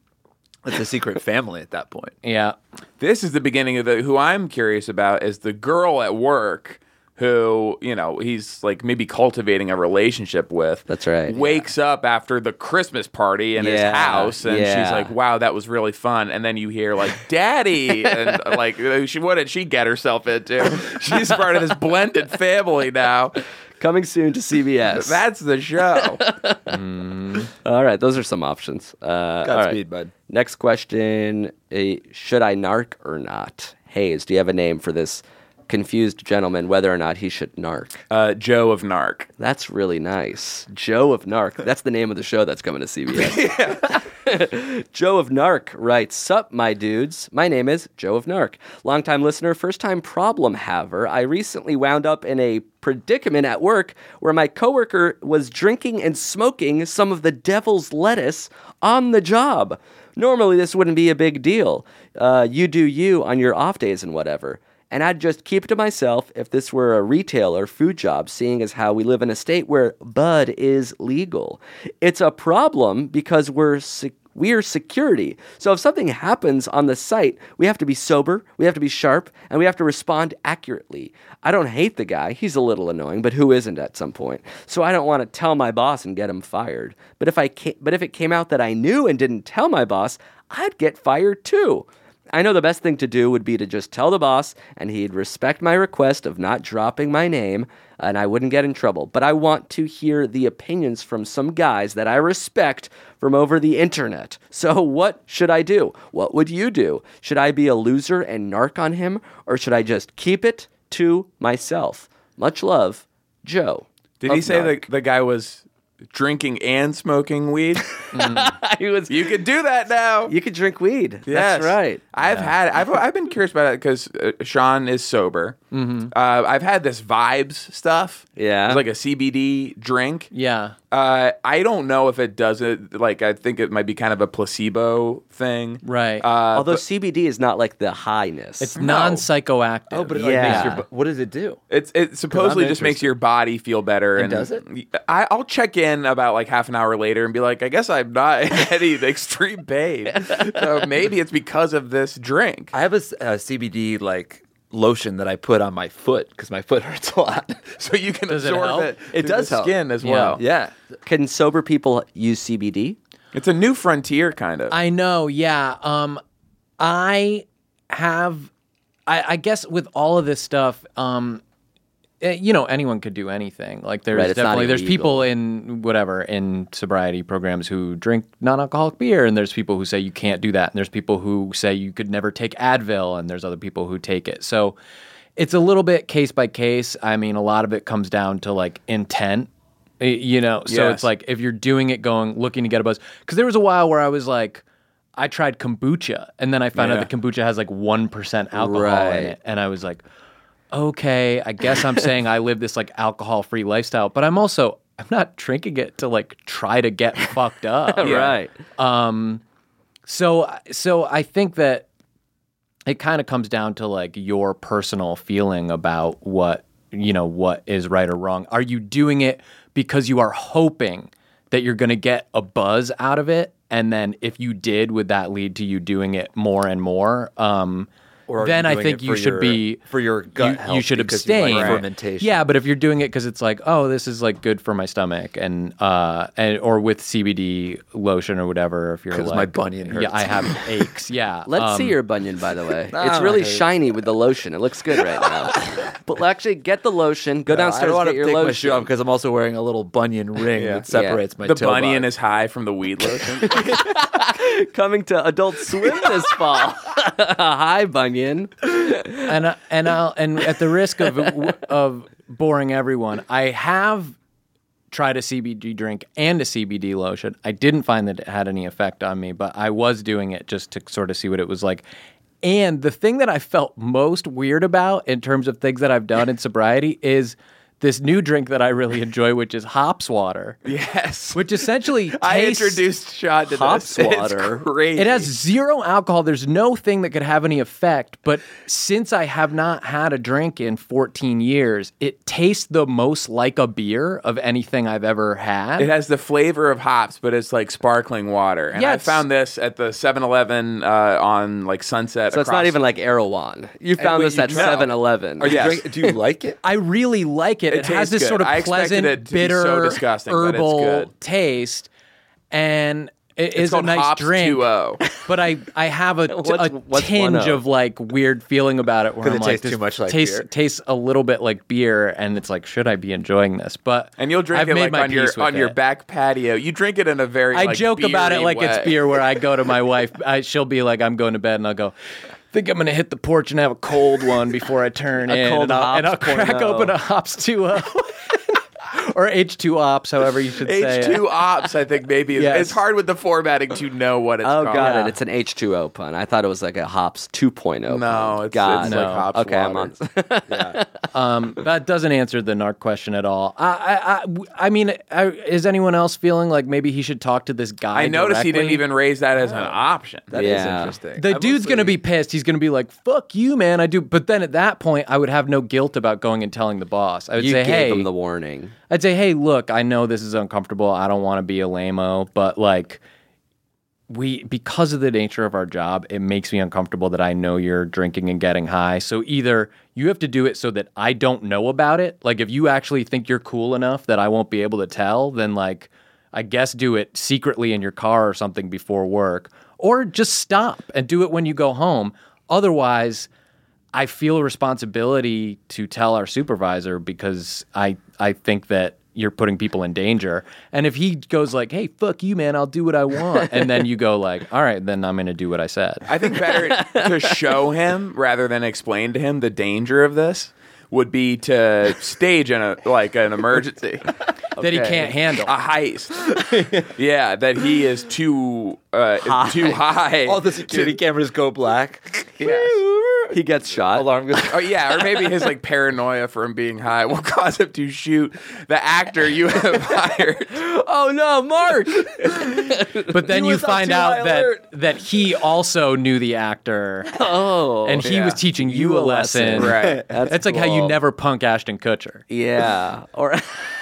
Speaker 4: It's a secret family at that point.
Speaker 2: Yeah.
Speaker 3: This is the beginning of the who I'm curious about is the girl at work who, you know, he's like maybe cultivating a relationship with.
Speaker 1: That's right,
Speaker 3: Wakes up after the Christmas party in his
Speaker 1: Yeah,
Speaker 3: house and she's
Speaker 1: yeah.
Speaker 3: like, Wow, that was really fun. And then you hear like Daddy and uh, like she what did she get herself into? She's part of this blended family now.
Speaker 1: Coming soon to CBS.
Speaker 3: That's the show.
Speaker 1: all right. Those are some options. Uh, all right.
Speaker 4: Godspeed, bud.
Speaker 1: Next question: uh, Should I narc or not? Hayes, do you have a name for this confused gentleman whether or not he should narc.
Speaker 3: Uh, Joe of Narc.
Speaker 1: That's really nice. Joe of Narc. That's the name of the show that's coming to CBS. Joe of Narc writes, Sup, my dudes. My name is Joe of Narc. Longtime listener, first time problem haver. I recently wound up in a predicament at work where my coworker was drinking and smoking some of the devil's lettuce on the job. Normally, this wouldn't be a big deal. Uh, you do you on your off days and whatever. And I'd just keep to myself if this were a retail or food job, seeing as how we live in a state where bud is legal. It's a problem because we're sec- we're security. So if something happens on the site, we have to be sober, we have to be sharp, and we have to respond accurately. I don't hate the guy; he's a little annoying, but who isn't at some point? So I don't want to tell my boss and get him fired. But if I ca- but if it came out that I knew and didn't tell my boss, I'd get fired too. I know the best thing to do would be to just tell the boss, and he'd respect my request of not dropping my name, and I wouldn't get in trouble. But I want to hear the opinions from some guys that I respect from over the internet. So, what should I do? What would you do? Should I be a loser and narc on him, or should I just keep it to myself? Much love, Joe.
Speaker 3: Did he
Speaker 1: of
Speaker 3: say
Speaker 1: Narc.
Speaker 3: the, the guy was drinking and smoking weed?
Speaker 1: he was?
Speaker 3: you could do that now.
Speaker 1: You could drink weed.
Speaker 3: Yes.
Speaker 1: That's right.
Speaker 3: I've had. I've I've been curious about it because uh, Sean is sober. Uh, I've had this vibes stuff.
Speaker 1: Yeah.
Speaker 3: it's like a CBD drink.
Speaker 2: Yeah.
Speaker 3: Uh, I don't know if it does it. Like I think it might be kind of a placebo thing.
Speaker 2: Right.
Speaker 3: Uh,
Speaker 1: Although CBD is not like the highness.
Speaker 2: it's non psychoactive.
Speaker 5: Oh, but it
Speaker 1: like, makes
Speaker 5: yeah.
Speaker 1: your bo-
Speaker 5: what does it do?
Speaker 3: It's it supposedly just makes your body feel better. and
Speaker 5: does it?
Speaker 3: I, I'll check in about like half an hour later and be like, I guess I'm not any extreme babe. so maybe it's because of this drink.
Speaker 5: I have a, s- a CBD like lotion that I put on my foot because my foot hurts a lot.
Speaker 3: So you can
Speaker 2: Does it
Speaker 3: absorb
Speaker 2: help?
Speaker 3: it.
Speaker 5: It
Speaker 3: through
Speaker 5: does
Speaker 3: the
Speaker 5: help.
Speaker 3: skin as
Speaker 2: Yeah.
Speaker 3: well.
Speaker 5: yeah. Uh,
Speaker 1: Can sober people use CBD?
Speaker 3: It's a new frontier kind of.
Speaker 2: I know, yeah. Um, I have, I, I guess with all of this stuff, um, eh, you know, anyone could do anything. Like there's
Speaker 1: Right, it's not
Speaker 2: definitely there's
Speaker 1: illegal.
Speaker 2: people in whatever in sobriety programs who drink non-alcoholic beer, and there's people who say you can't do that, and there's people who say you could never take Advil, and there's other people who take it. So it's a little bit case by case. I mean, a lot of it comes down to like intent. eh, You know, so
Speaker 3: Yes.
Speaker 2: it's like if you're doing it going looking to get a buzz because there was a while where i was like i tried kombucha and then i found
Speaker 3: Yeah.
Speaker 2: out that kombucha has like 1% alcohol
Speaker 1: Right.
Speaker 2: in it and i was like okay i guess i'm saying i live this like alcohol free lifestyle but i'm also i'm not drinking it to like try to get fucked up
Speaker 1: Right.
Speaker 2: so so i think that it kind of comes down to like your personal feeling about what you know what is right or wrong are you doing it because you are hoping that you're going to get a buzz out of it and then if you did would that lead to you doing it more and more um
Speaker 5: Or are
Speaker 2: then
Speaker 5: you
Speaker 2: I
Speaker 5: doing
Speaker 2: think
Speaker 5: it
Speaker 2: you
Speaker 5: for
Speaker 2: should
Speaker 5: your-
Speaker 2: be
Speaker 5: for your gut
Speaker 2: you, You
Speaker 5: health
Speaker 2: should
Speaker 5: because you like
Speaker 2: abstain
Speaker 5: fermentation.
Speaker 2: Yeah, but if you're doing it because it's like, oh, this is like good for my stomach, and uh, and or with CBD lotion or whatever. If you're
Speaker 5: 'Cause
Speaker 2: like,
Speaker 5: my bunion
Speaker 2: Yeah, I
Speaker 5: hurts.
Speaker 2: have aches. Yeah,
Speaker 1: Let's
Speaker 2: um,
Speaker 1: see your bunion, by the way. it's really shiny with the lotion. It looks good right now. but actually, get the lotion. Go
Speaker 5: I
Speaker 1: downstairs,
Speaker 5: don't want
Speaker 1: get
Speaker 5: to
Speaker 1: your
Speaker 5: take
Speaker 1: lotion.
Speaker 5: my shoe off because I'm also wearing a little bunion ring that separates my
Speaker 3: the
Speaker 5: toe
Speaker 3: bunion
Speaker 5: box.
Speaker 3: is high from the weed lotion.
Speaker 1: Coming to Adult Swim this fall. Hi, bunion.
Speaker 2: and I, and I'll and at the risk of of boring everyone, I have tried a CBD drink and a CBD lotion. I didn't find that it had any effect on me, but I was doing it just to sort of see what it was like. And the thing that I felt most weird about in terms of things that I've done in sobriety is this new drink that I really enjoy, which is hops water,
Speaker 3: yes.
Speaker 2: which essentially tastes,
Speaker 3: I introduced Sean to
Speaker 1: hops
Speaker 3: this.
Speaker 1: water.
Speaker 3: It's crazy.
Speaker 2: it has zero alcohol. There's no thing that could have any effect. But since I have not had a drink in 14 years, it tastes the most like a beer of anything I've ever had.
Speaker 3: It has the flavor of hops, but it's like sparkling water. And
Speaker 2: Yeah,
Speaker 3: I
Speaker 2: it's-
Speaker 3: found this at the 7-Eleven uh, on like Sunset.
Speaker 1: So it's not even like Erewhon. You found
Speaker 3: wait,
Speaker 1: this
Speaker 3: you-
Speaker 1: at
Speaker 3: no.
Speaker 1: 7 Eleven.
Speaker 3: Are you- Yes.
Speaker 5: Drink- do you like it?
Speaker 2: I really like it. It, has
Speaker 3: tastes
Speaker 2: this
Speaker 3: good.
Speaker 2: sort of
Speaker 3: I expected
Speaker 2: pleasant,
Speaker 3: it to be so
Speaker 2: bitter,
Speaker 3: disgusting, but it's
Speaker 2: herbal
Speaker 3: good.
Speaker 2: taste, and it is a
Speaker 3: called
Speaker 2: nice
Speaker 3: Hops oh.
Speaker 2: drink.
Speaker 3: 2.0.
Speaker 2: But I, I have a,
Speaker 1: What's-
Speaker 2: a
Speaker 1: what's
Speaker 2: tinge
Speaker 1: 1.0?
Speaker 2: of like weird feeling about it where
Speaker 5: Could
Speaker 2: I'm
Speaker 5: it
Speaker 2: like,
Speaker 5: taste
Speaker 2: this
Speaker 5: too much like
Speaker 2: tastes
Speaker 5: beer?
Speaker 2: tastes a little bit like beer, and it's like, should I be enjoying this? But
Speaker 3: And you'll drink
Speaker 2: I've
Speaker 3: it
Speaker 2: made
Speaker 3: like
Speaker 2: my
Speaker 3: on your
Speaker 2: peace with
Speaker 3: on your
Speaker 2: it.
Speaker 3: back patio. You drink it in a very
Speaker 2: I
Speaker 3: like,
Speaker 2: joke about it
Speaker 3: beery
Speaker 2: like it's
Speaker 3: way.
Speaker 2: beer. Where I go to my wife, I, she'll be like, "I'm going to bed," and I'll go, think I'm gonna hit the porch and have a cold one before I turn in,
Speaker 1: cold
Speaker 2: and, I'll, and I'll
Speaker 1: hops
Speaker 2: crack
Speaker 1: 0.0.
Speaker 3: oh.
Speaker 2: open a hops two O or H two ops, however you should say.
Speaker 3: H
Speaker 2: it.
Speaker 3: two ops, I think maybe is-
Speaker 2: Yes.
Speaker 3: it's hard with the formatting to know what it's
Speaker 1: Oh,
Speaker 3: called.
Speaker 1: got it. It's an H2O pun. I thought it was like a hops 2.0.
Speaker 3: No,
Speaker 1: pun.
Speaker 3: it's-
Speaker 1: God.
Speaker 3: it's like No. hops
Speaker 1: Okay, I'm on.
Speaker 3: water.
Speaker 2: Um, that doesn't answer the narc question at all. I, I, I, I mean, I, is anyone else feeling like maybe he should talk to this guy?
Speaker 3: I noticed he didn't
Speaker 2: directly? Oh.
Speaker 3: even raise that as an option.
Speaker 5: That is
Speaker 1: Yeah.
Speaker 5: interesting.
Speaker 2: The
Speaker 5: I've
Speaker 2: dude's
Speaker 5: also-
Speaker 2: gonna be pissed. He's gonna be like, "Fuck you, man!" I do. But then at that point, I would have no guilt about going and telling the boss. I would
Speaker 1: You
Speaker 2: say,
Speaker 1: gave
Speaker 2: "Hey,"
Speaker 1: him the warning.
Speaker 2: I'd say, "Hey, look, I know this is uncomfortable. I don't want to be a lameo, but like." We, because of the nature of our job, it makes me uncomfortable that I know you're drinking and getting high. So either you have to do it so that I don't know about it. Like, if you actually think you're cool enough that I won't be able to tell, then like, I guess do it secretly in your car or something before work, or just stop and do it when you go home. Otherwise, I feel a responsibility to tell our supervisor because I I think that you're putting people in danger. And if he goes like, "Hey, fuck you, man, I'll do what I want," and then you go like, "All right, then I'm gonna do what I said."
Speaker 3: I think better to show him rather than explain to him the danger of this would be to stage an uh, like an emergency
Speaker 2: That he
Speaker 3: Okay.
Speaker 2: can't handle.
Speaker 3: a heist. yeah, that he is too uh, too high.
Speaker 5: All the security cameras go black.
Speaker 1: He gets shot.
Speaker 5: Alarm goes.
Speaker 3: Oh yeah, or maybe his like paranoia from being high will cause him to shoot the actor you have hired.
Speaker 1: Oh no, Mark!
Speaker 2: But then you find out that that he also knew the actor. Oh, and he
Speaker 3: yeah.
Speaker 2: was teaching you, a lesson.
Speaker 3: Right.
Speaker 2: That's, like how you
Speaker 1: cool.
Speaker 2: never punk Ashton Kutcher.
Speaker 1: yeah. Or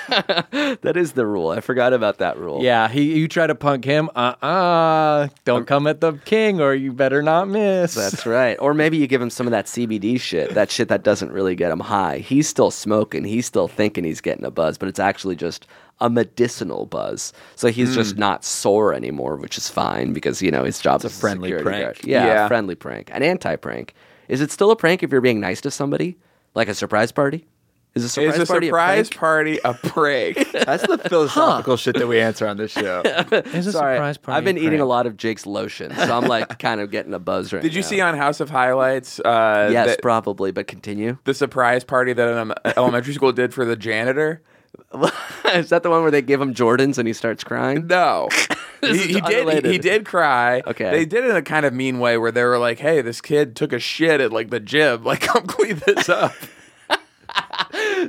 Speaker 1: that is the rule. I forgot about that rule.
Speaker 2: Yeah, he you try to punk him. Uh uh-uh, uh, do not come at the king, or you better not miss.
Speaker 1: That's right. Or maybe you give him some of that CBD shit, that shit that doesn't really get him high. He's still smoking, he's still thinking he's getting a buzz, but it's actually just a medicinal buzz. So he's just not sore anymore, which is fine because, you know, his job is a
Speaker 5: friendly
Speaker 1: security
Speaker 5: prank.
Speaker 1: guard. Yeah,
Speaker 3: Yeah.
Speaker 1: a friendly prank. An anti prank. Is it still a prank if you're being nice to somebody? Like a surprise party? Is a surprise
Speaker 3: Is a
Speaker 1: party
Speaker 3: surprise
Speaker 1: a prank?
Speaker 3: party a prank?
Speaker 5: That's the philosophical shit that we answer on this show.
Speaker 2: It's a
Speaker 1: Sorry,
Speaker 2: surprise party.
Speaker 1: I've been eating
Speaker 2: prank.
Speaker 1: a lot of Jake's lotion, so I'm like kind of getting a buzz right
Speaker 3: Did you
Speaker 1: now.
Speaker 3: see on House of Highlights? Uh,
Speaker 1: Yes,
Speaker 3: that-
Speaker 1: probably, but continue.
Speaker 3: the surprise party that an um, elementary school did for the janitor?
Speaker 1: Is that the one where they give him Jordans and he starts crying?
Speaker 3: No. he,
Speaker 1: is
Speaker 3: he did.
Speaker 1: unrelated.
Speaker 3: He, he did cry.
Speaker 1: Okay.
Speaker 3: They did it in a kind of mean way where they were like, "Hey, this kid took a shit at like the gym. Like, come clean this up."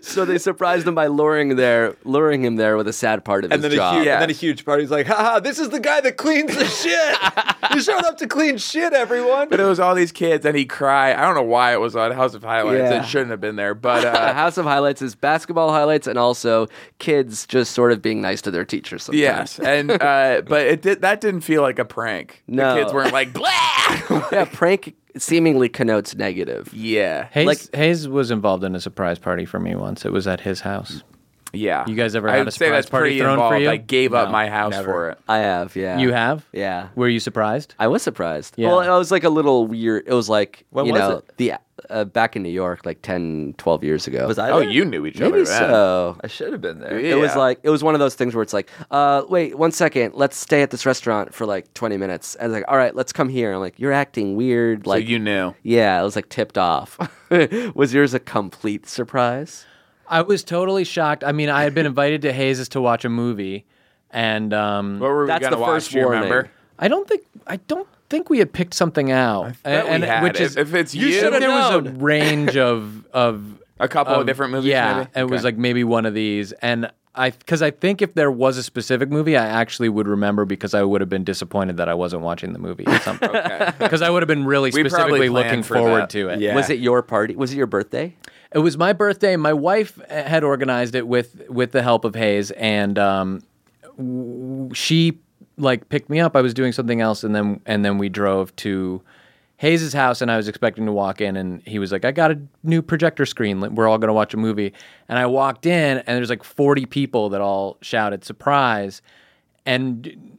Speaker 1: So they surprised him by luring there, luring him there with a sad part of
Speaker 5: And then,
Speaker 1: his
Speaker 5: a
Speaker 1: job.
Speaker 5: huge,
Speaker 3: Yeah.
Speaker 5: and then a huge party's like, haha, this is the guy that cleans the shit. you showed up to clean shit, everyone.
Speaker 3: but it was all these kids, and he cried. I don't know why it was on House of Highlights.
Speaker 1: Yeah.
Speaker 3: It shouldn't have been there. But
Speaker 1: Uh,
Speaker 3: uh,
Speaker 1: House of Highlights is basketball highlights and also kids just sort of being nice to their teachers. Sometimes.
Speaker 3: yes, and uh, but it did. That didn't feel like a prank.
Speaker 1: No.
Speaker 3: the kids weren't like, "Blah."
Speaker 1: yeah. Prank seemingly connotes negative.
Speaker 3: yeah,
Speaker 2: Hayes,
Speaker 1: like-
Speaker 2: Hayes was involved in a surprise party for me once. It was at his house.
Speaker 3: yeah.
Speaker 2: You guys ever
Speaker 3: I
Speaker 2: had a
Speaker 3: would say
Speaker 2: surprise
Speaker 3: that's
Speaker 2: party
Speaker 3: pretty
Speaker 2: thrown for
Speaker 3: involved.
Speaker 2: you?
Speaker 3: I gave up
Speaker 2: No,
Speaker 3: my house
Speaker 2: never.
Speaker 3: for it.
Speaker 1: I have, yeah.
Speaker 2: You have?
Speaker 1: Yeah.
Speaker 2: Were you surprised?
Speaker 1: I was surprised.
Speaker 2: Yeah.
Speaker 1: Well, it was like a little weird. It was like
Speaker 5: When
Speaker 1: you
Speaker 5: was
Speaker 1: know
Speaker 5: it?
Speaker 1: the uh, back in New York, like 10, 12 years ago.
Speaker 5: was I
Speaker 3: Oh,
Speaker 5: there?
Speaker 3: you knew each other.
Speaker 1: Maybe
Speaker 3: then.
Speaker 1: so.
Speaker 5: I should have been there.
Speaker 1: It was
Speaker 3: Yeah.
Speaker 1: like it was one of those things where it's like, uh, wait, one second, let's stay at this restaurant for like twenty minutes. And like, all right, let's come here. I'm like, you're acting weird. Like
Speaker 3: so you knew.
Speaker 1: yeah, I was like tipped off. was yours a complete surprise?
Speaker 2: I was totally shocked. I mean, I had been invited to Hayes's to watch a movie, and um,
Speaker 3: What were we
Speaker 1: That's
Speaker 3: gonna
Speaker 1: the
Speaker 3: watch?
Speaker 1: first
Speaker 3: Do you
Speaker 1: warning.
Speaker 3: remember?
Speaker 2: I don't think I don't think we had picked something out.
Speaker 3: bet we
Speaker 2: and,
Speaker 3: had.
Speaker 2: which
Speaker 3: If-
Speaker 2: is
Speaker 3: if it's you-
Speaker 2: there
Speaker 3: Should've
Speaker 2: was a range of of
Speaker 3: A couple of different movies.
Speaker 2: Um, Yeah,
Speaker 3: maybe?
Speaker 2: it was
Speaker 3: Okay.
Speaker 2: like maybe one of these, and I because I think if there was a specific movie, I actually would remember because I would have been disappointed that I wasn't watching the movie or something. Because I would have been really
Speaker 3: We probably
Speaker 2: specifically
Speaker 3: planned
Speaker 2: looking
Speaker 3: for
Speaker 2: forward
Speaker 3: that.
Speaker 2: to it.
Speaker 5: Yeah.
Speaker 1: Was it your party? Was it your birthday?
Speaker 2: It was my birthday. My wife uh, had organized it with with the help of Hayes, and um, w- she like picked me up. I was doing something else, and then and then we drove to Hayes's house, and I was expecting to walk in, and he was like, "I got a new projector screen. Like, We're all gonna watch a movie." And I walked in, and there's like 40 people that all shouted surprise, and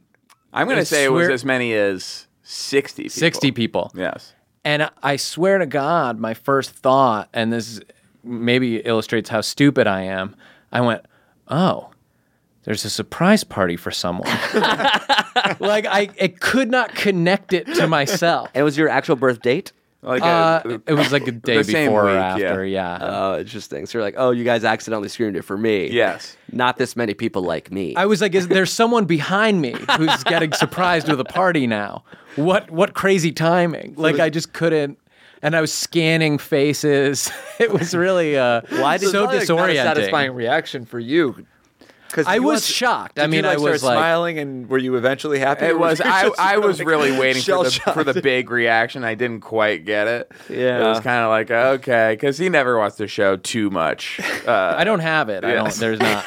Speaker 3: I'm going
Speaker 2: I
Speaker 3: to say it was
Speaker 2: swear-
Speaker 3: as many as 60 people.
Speaker 2: 60 people.
Speaker 3: Yes.
Speaker 2: And I- I swear to God, my first thought, and this maybe illustrates how stupid I am, I went, oh, there's a surprise party for someone. like I, I could not connect it to myself.
Speaker 1: And it was your actual birth date?
Speaker 3: Like
Speaker 2: Uh,
Speaker 3: a,
Speaker 2: it was like a day
Speaker 3: the same
Speaker 2: before or
Speaker 3: week, yeah.
Speaker 2: after. Yeah.
Speaker 6: Oh, interesting. So you're like, oh, you guys accidentally screamed it for me.
Speaker 3: Yes.
Speaker 6: Not this many people like me.
Speaker 2: I was like, is there someone behind me who's getting surprised with a party now? What what crazy timing? Like I just couldn't and I was scanning faces. It was really uh Why
Speaker 6: did-
Speaker 2: so
Speaker 7: Probably, like, not a
Speaker 2: disorienting.
Speaker 7: satisfying reaction for you. Because
Speaker 2: I was shocked. I mean, I was like
Speaker 7: smiling, and were you eventually happy?
Speaker 3: It was. I, I was really waiting for the,
Speaker 7: shell-shocked?
Speaker 3: for the big reaction. I didn't quite get it.
Speaker 6: Yeah.
Speaker 3: It was kind of like, okay, because he never watched the show too much. Uh,
Speaker 2: I don't have it. I don't there's not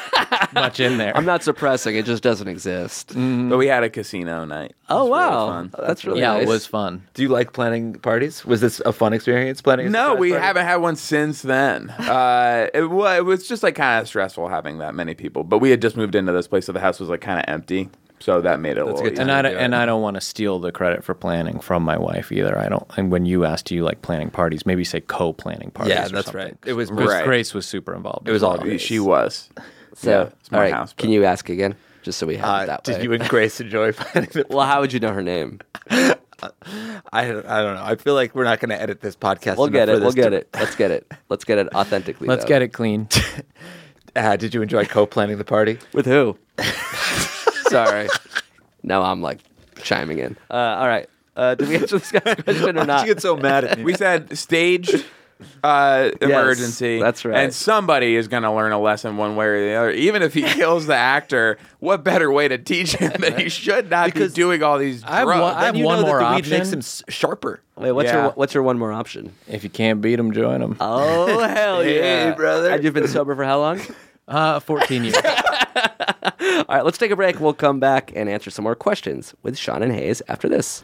Speaker 2: much in there.
Speaker 6: I'm not suppressing. It just doesn't exist.
Speaker 3: but we had a casino night.
Speaker 6: Oh,
Speaker 3: It was really
Speaker 6: wow.
Speaker 3: fun.
Speaker 6: That's really
Speaker 2: yeah,
Speaker 6: nice.
Speaker 2: it was fun.
Speaker 7: Do you like planning parties? Was this a fun experience planning? a
Speaker 3: No,
Speaker 7: surprise
Speaker 3: we
Speaker 7: party?
Speaker 3: haven't had one since then. Uh, it, wa it was just like kind of stressful having that many people. But we had just moved into this place, so the house was like kind of empty. So that made it a little.
Speaker 7: good
Speaker 3: easier.
Speaker 2: And I don't- and I don't want to steal the credit for planning from my wife either. I don't. And when you asked, do you like planning parties? Maybe say co-planning parties.
Speaker 7: Yeah,
Speaker 2: or
Speaker 7: that's
Speaker 2: something.
Speaker 7: right. It was
Speaker 2: Because
Speaker 3: Right.
Speaker 2: Grace was super involved. It
Speaker 7: was all
Speaker 3: She- She was.
Speaker 6: So,
Speaker 3: it's my
Speaker 6: all right.
Speaker 3: house, but-
Speaker 6: can you ask again? Just so we have it
Speaker 7: Uh,
Speaker 6: that way.
Speaker 7: did you and Grace enjoy planning? The-
Speaker 6: well, how would you know her name?
Speaker 7: I don't- I don't know. I feel like we're not going to edit this podcast.
Speaker 6: We'll
Speaker 7: enough
Speaker 6: get
Speaker 7: for
Speaker 6: it. We'll
Speaker 7: this
Speaker 6: get
Speaker 7: to-
Speaker 6: it. Let's get it. Let's get it authentically.
Speaker 2: Let's
Speaker 6: though.
Speaker 2: get it clean.
Speaker 7: Uh, did you enjoy co-planning the party?
Speaker 6: With who? Sorry. Now I'm like chiming in. Uh, all right. Uh, did we answer this guy's question or not?
Speaker 7: you get so mad at me?
Speaker 3: we said staged uh, emergency.
Speaker 6: that's right.
Speaker 3: And somebody is going to learn a lesson one way or the other. Even if he kills the actor, what better way to teach him that he should not be doing all these drugs?
Speaker 2: I have one- I have
Speaker 7: Then you
Speaker 2: one
Speaker 7: know
Speaker 2: more
Speaker 7: that the weed
Speaker 2: option.
Speaker 7: makes him s- sharper.
Speaker 6: Wait, what's
Speaker 3: Yeah.
Speaker 6: your what's your one more option?
Speaker 2: if you can't beat them, join them.
Speaker 4: Uh,
Speaker 6: Oh hell yeah,
Speaker 7: brother.
Speaker 6: And you've been sober for how long?
Speaker 2: Uh, 14 years.
Speaker 6: All right, let's take a break. We'll come back and answer some more questions with Sean and Hayes after this.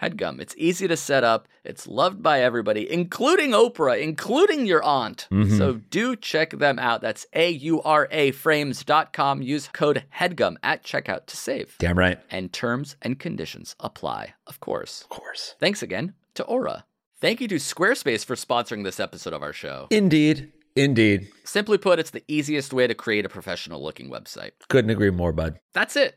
Speaker 1: HEADGUM. It's easy to set up, it's loved by everybody, including Oprah, including your aunt.
Speaker 8: Mm-hmm.
Speaker 1: So do check them out. That's A U R A frames.com. Use code HEADGUM at checkout to save.
Speaker 4: Damn right.
Speaker 1: And terms and conditions apply, of course. Of course. Thanks again to Aura. Thank you to Squarespace for sponsoring this episode of our show.
Speaker 4: Indeed. Indeed.
Speaker 1: Simply put, it's the easiest way to create a professional looking website.
Speaker 4: Couldn't agree more, bud.
Speaker 1: That's it.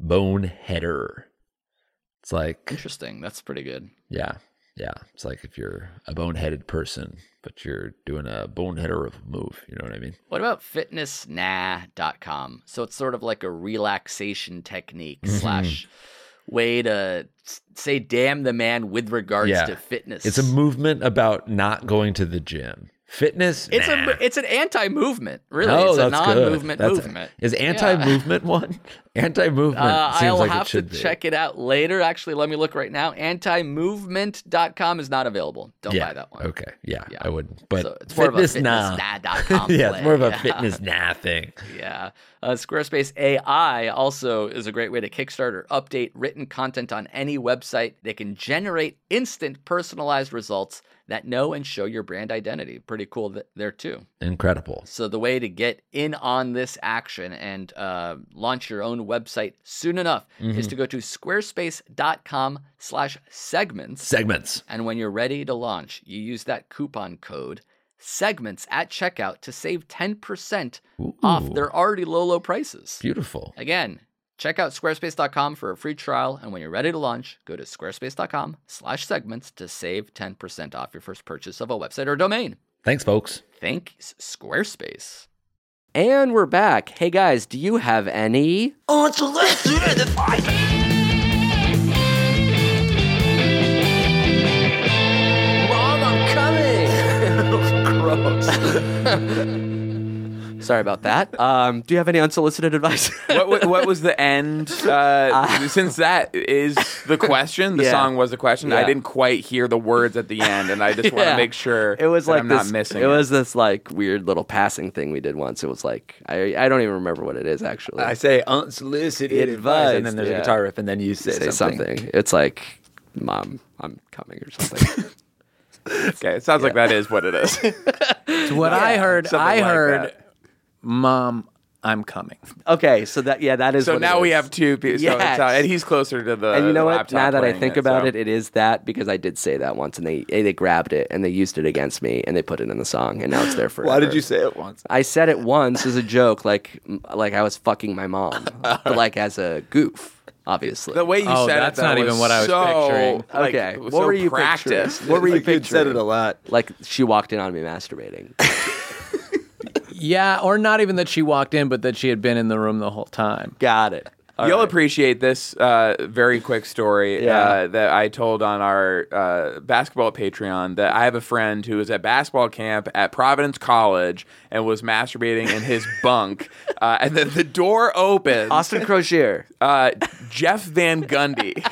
Speaker 4: Boneheader. It's like,
Speaker 1: Interesting. That's pretty good.
Speaker 4: yeah, yeah. It's like if you're a boneheaded person, but you're doing a boneheader of a move. You know what I mean?
Speaker 1: What about fitnessnah.com? So it's sort of like a relaxation technique
Speaker 4: Mm-hmm.
Speaker 1: slash way to s- say damn the man with regards
Speaker 4: Yeah.
Speaker 1: to fitness.
Speaker 4: It's a movement about not going to the gym. Fitness.
Speaker 1: It's
Speaker 4: nah.
Speaker 1: a it's an anti movement, really.
Speaker 4: No,
Speaker 1: it's a
Speaker 4: that's good.
Speaker 1: non movement
Speaker 4: That's-
Speaker 1: movement.
Speaker 4: Is anti movement one?
Speaker 8: Anti movement.
Speaker 9: Uh,
Speaker 8: seems
Speaker 9: I'll
Speaker 8: like
Speaker 9: have
Speaker 8: it
Speaker 9: to
Speaker 8: should be.
Speaker 9: check it out later. Actually, let me look right now. Antimovement.com is not available. Don't
Speaker 8: yeah.
Speaker 9: buy that one.
Speaker 8: Okay. Yeah,
Speaker 9: Yeah.
Speaker 8: I wouldn't. But
Speaker 9: So it's more of a
Speaker 8: nah.
Speaker 9: fitnessnah.com
Speaker 8: yeah, it's
Speaker 9: play.
Speaker 8: more of a
Speaker 9: Yeah.
Speaker 8: fitness nah thing.
Speaker 9: Yeah. Uh, Squarespace AI also is a great way to kickstart or update written content on any website. They can generate instant personalized results that know and show your brand identity. Pretty cool th- there, too.
Speaker 8: Incredible.
Speaker 9: So, the way to get in on this action and uh, launch your own website soon enough is to go to squarespace.com slash segments.
Speaker 8: Segments.
Speaker 9: And when you're ready to launch, you use that coupon code segments at checkout to save 10% off
Speaker 8: Ooh.
Speaker 9: their already low, low prices.
Speaker 8: Beautiful.
Speaker 9: Again, check out squarespace.com for a free trial. And when you're ready to launch, go to squarespace.com slash segments to save 10% off your first purchase of a website or domain.
Speaker 8: Thanks, folks.
Speaker 9: Thanks, Squarespace.
Speaker 1: And we're back. Hey guys, do you have any?
Speaker 9: Mom, I'm coming.
Speaker 1: Sorry about that. Um, do you have any unsolicited advice?
Speaker 3: what, what, what was the end? Uh, since that is the question, the
Speaker 1: Yeah.
Speaker 3: song was the question. I
Speaker 1: Yeah.
Speaker 3: didn't quite hear the words at the end, and I just want
Speaker 1: Yeah.
Speaker 3: to make sure
Speaker 1: it was
Speaker 3: that
Speaker 1: like
Speaker 3: I'm
Speaker 1: this,
Speaker 3: not missing.
Speaker 1: It, was this like weird little passing thing we did once. It was like I I don't even remember what it is actually.
Speaker 4: I say unsolicited advice,
Speaker 1: Advice,
Speaker 4: and then there's
Speaker 1: yeah.
Speaker 4: a guitar riff, and then you say,
Speaker 1: say something. It's like, Mom, I'm coming or something.
Speaker 3: okay, it sounds like that is what it is.
Speaker 2: It's what I heard.
Speaker 3: something
Speaker 2: I
Speaker 3: like
Speaker 2: heard,
Speaker 3: that.
Speaker 2: Mom, I'm coming.
Speaker 1: okay, so that yeah, that is.
Speaker 3: so
Speaker 1: what it
Speaker 3: now we
Speaker 1: is.
Speaker 3: have two people. So it's, uh,
Speaker 1: Yes.
Speaker 3: and he's closer to the.
Speaker 1: And you know what?
Speaker 3: laptop
Speaker 1: Now that I
Speaker 3: playing
Speaker 1: think about
Speaker 3: so-
Speaker 1: it, it is that because I did say that once, and they they grabbed it and they used it against me, and they put it in the song, and now it's there forever.
Speaker 4: Why did you say it once?
Speaker 1: I said it once as a joke, like like I was fucking my mom, but like as a goof, obviously.
Speaker 3: the way you
Speaker 2: Oh,
Speaker 3: said
Speaker 2: that's
Speaker 3: it, though,
Speaker 2: not
Speaker 3: was
Speaker 2: even what I was
Speaker 3: so,
Speaker 2: picturing.
Speaker 3: Like,
Speaker 1: okay, what
Speaker 3: so
Speaker 1: were you
Speaker 3: practiced.
Speaker 1: picturing? What were you
Speaker 4: Like, you'd said
Speaker 1: picturing?
Speaker 4: it a lot.
Speaker 1: Like she walked in on me masturbating.
Speaker 2: Yeah, or not even that she walked in, but that she had been in the room the whole time.
Speaker 1: Got it. All
Speaker 3: You'll
Speaker 1: right.
Speaker 3: appreciate this uh, very quick story
Speaker 1: Yeah.
Speaker 3: uh, that I told on our uh, basketball Patreon. That I have a friend who was at basketball camp at Providence College and was masturbating in his bunk, uh, and then the door opens.
Speaker 1: Austin Crozier.
Speaker 3: Uh, Jeff Van Gundy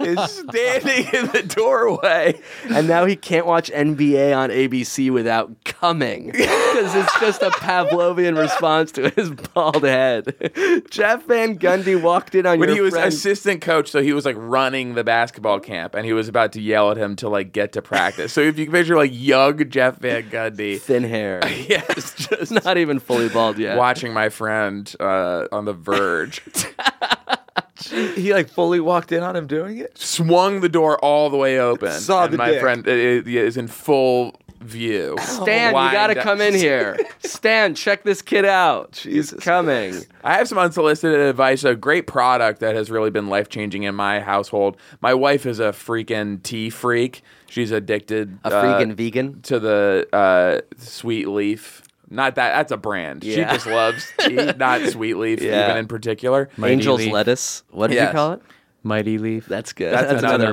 Speaker 3: is standing in the doorway.
Speaker 1: and now he can't watch NBA on ABC without coming because it's just a Pavlovian response to his bald head. Jeff Van Gundy walked in on
Speaker 3: When
Speaker 1: your
Speaker 3: he was
Speaker 1: friend.
Speaker 3: assistant coach, so he was like running the basketball camp, and he was about to yell at him to like get to practice. so if you can picture like young Jeff Van Gundy,
Speaker 1: thin hair.
Speaker 3: yes, just
Speaker 1: Not even fully bald yet.
Speaker 3: watching my friend uh, on the verge,
Speaker 4: He like fully walked in on him doing it.
Speaker 3: swung the door all the way open.
Speaker 4: Saw
Speaker 3: and
Speaker 4: the
Speaker 3: my
Speaker 4: dick.
Speaker 3: friend i- i- is in full view.
Speaker 1: Stan, you
Speaker 3: Lined
Speaker 1: gotta
Speaker 3: up.
Speaker 1: come in here. Stan, check this kid out. He's
Speaker 4: Jesus.
Speaker 1: coming.
Speaker 3: I have some unsolicited advice. A great product that has really been life changing in my household. My wife is a freaking tea freak. She's addicted.
Speaker 1: A
Speaker 3: uh,
Speaker 1: freaking vegan.
Speaker 3: to the uh, Sweet Leaf. Not that. That's a brand. She
Speaker 1: Yeah.
Speaker 3: just loves tea, not Sweet Leaf
Speaker 1: Yeah.
Speaker 3: even in particular.
Speaker 1: Angel's
Speaker 2: leaf.
Speaker 1: lettuce. What did you
Speaker 3: Yes.
Speaker 1: call it?
Speaker 2: Mighty Leaf.
Speaker 1: That's good.
Speaker 3: That's another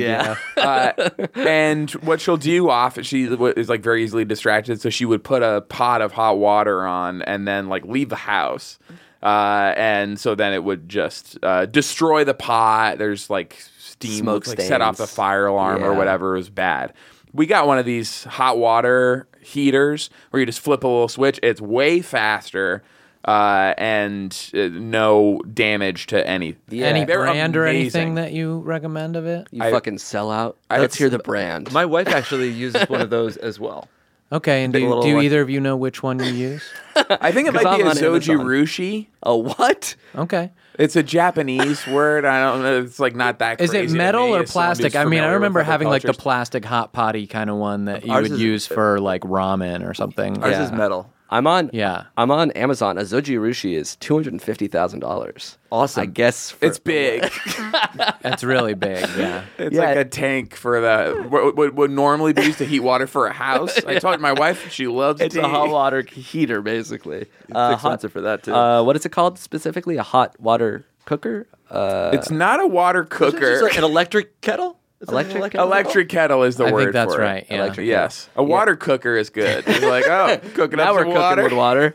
Speaker 2: yeah.
Speaker 3: uh, and what she'll do off she w- is like very easily distracted so she would put a pot of hot water on and then like leave the house uh, and so then it would just uh, destroy the pot there's like steam
Speaker 1: Smoke
Speaker 3: like set off the
Speaker 1: stains.
Speaker 3: fire alarm or
Speaker 1: Yeah.
Speaker 3: whatever it was bad we got one of these hot water heaters where you just flip a little switch it's way faster uh, and uh, no damage to any
Speaker 2: Any
Speaker 3: They're
Speaker 2: brand or
Speaker 3: amazing.
Speaker 2: anything that you recommend of it?
Speaker 1: You fucking sell out.
Speaker 3: I-
Speaker 1: Let's hear the brand.
Speaker 4: My wife actually uses one of those as well.
Speaker 2: Okay, and
Speaker 4: Big
Speaker 2: do,
Speaker 4: little
Speaker 2: do
Speaker 4: one.
Speaker 2: either of you know which one you use?
Speaker 3: I think it
Speaker 1: 'Cause
Speaker 3: might be
Speaker 1: I'm
Speaker 3: a
Speaker 1: on
Speaker 3: Zoji
Speaker 1: Amazon.
Speaker 3: Rushi.
Speaker 1: a what?
Speaker 2: Okay.
Speaker 3: It's a Japanese word. I don't know. It's like not that.
Speaker 2: Is
Speaker 3: crazy
Speaker 2: it
Speaker 3: to me.
Speaker 2: metal or
Speaker 3: It's someone who's
Speaker 2: plastic? I mean, I
Speaker 3: familiar
Speaker 2: remember
Speaker 3: with other
Speaker 2: having like the
Speaker 3: cultures.
Speaker 2: plastic hot potty kind of one that you
Speaker 4: Ours
Speaker 2: would
Speaker 4: is-
Speaker 2: use for like ramen or something.
Speaker 4: Ours
Speaker 2: yeah.
Speaker 4: is metal.
Speaker 1: I'm on.
Speaker 2: Yeah.
Speaker 1: I'm on Amazon. A Zoji Rushi is two hundred and fifty thousand dollars.
Speaker 4: Awesome.
Speaker 1: I guess for,
Speaker 3: It's big.
Speaker 2: That's really big. Yeah.
Speaker 3: It's
Speaker 1: Yeah.
Speaker 3: like a tank for the what what would normally be used to heat water for a house. I talked to my wife. She loves
Speaker 1: It's
Speaker 3: tea.
Speaker 1: a hot water heater, basically. It's
Speaker 4: expensive for that, too.
Speaker 1: Uh, what is it called specifically? A hot water cooker? Uh,
Speaker 3: It's not a water
Speaker 4: It's
Speaker 3: cooker.
Speaker 4: like an electric kettle. It's like an
Speaker 1: Electric
Speaker 3: Electric kettle is the
Speaker 2: I
Speaker 3: word.
Speaker 2: think that's
Speaker 3: for it.
Speaker 2: right. Yeah.
Speaker 1: Electric
Speaker 3: Yes, a water cooker is good. It's like oh, cooking
Speaker 1: now
Speaker 3: up
Speaker 1: we're
Speaker 3: some
Speaker 1: cooking
Speaker 3: water.
Speaker 1: with water.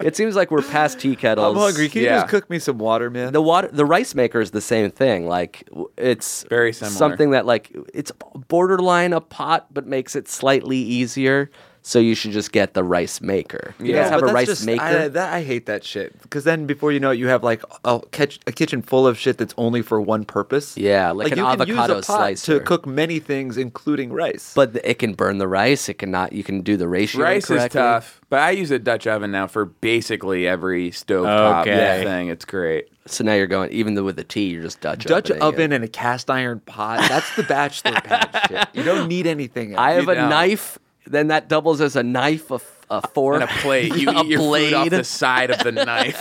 Speaker 1: It seems like we're past tea kettles.
Speaker 4: I'm hungry. Can you
Speaker 3: Yeah.
Speaker 4: just cook me some water, man?
Speaker 1: The water, the rice maker is the same thing. Like w- it's
Speaker 3: Very similar.
Speaker 1: Something that like it's borderline a pot, but makes it slightly easier. So you should just get the rice maker. You
Speaker 4: No,
Speaker 1: guys have a
Speaker 4: but that's
Speaker 1: rice
Speaker 4: just-
Speaker 1: maker.
Speaker 4: I, that, I hate that shit. Because then before you know it, you have like a, catch, a kitchen full of shit that's only for one purpose.
Speaker 1: Yeah, like an
Speaker 4: you can use
Speaker 1: avocado
Speaker 4: a pot
Speaker 1: slicer.
Speaker 4: to cook many things, including rice.
Speaker 1: but it can burn the rice. It cannot. You can do the ratio.
Speaker 3: Rice is
Speaker 1: incorrectly.
Speaker 3: tough, but I use a Dutch oven now for basically every stove top
Speaker 2: Okay.
Speaker 3: thing. It's great.
Speaker 1: So now you're going even though with the tea, you're just Dutch.
Speaker 4: Dutch
Speaker 1: ovening it.
Speaker 4: oven and a cast iron pot. That's the bachelor pad shit. You don't need anything.
Speaker 1: I have
Speaker 3: You
Speaker 1: a
Speaker 3: know.
Speaker 1: knife. Then that doubles as a knife, a, f- a fork,
Speaker 3: And a plate. Mm. You
Speaker 1: a
Speaker 3: eat your food off
Speaker 1: blade.
Speaker 3: the side of the knife.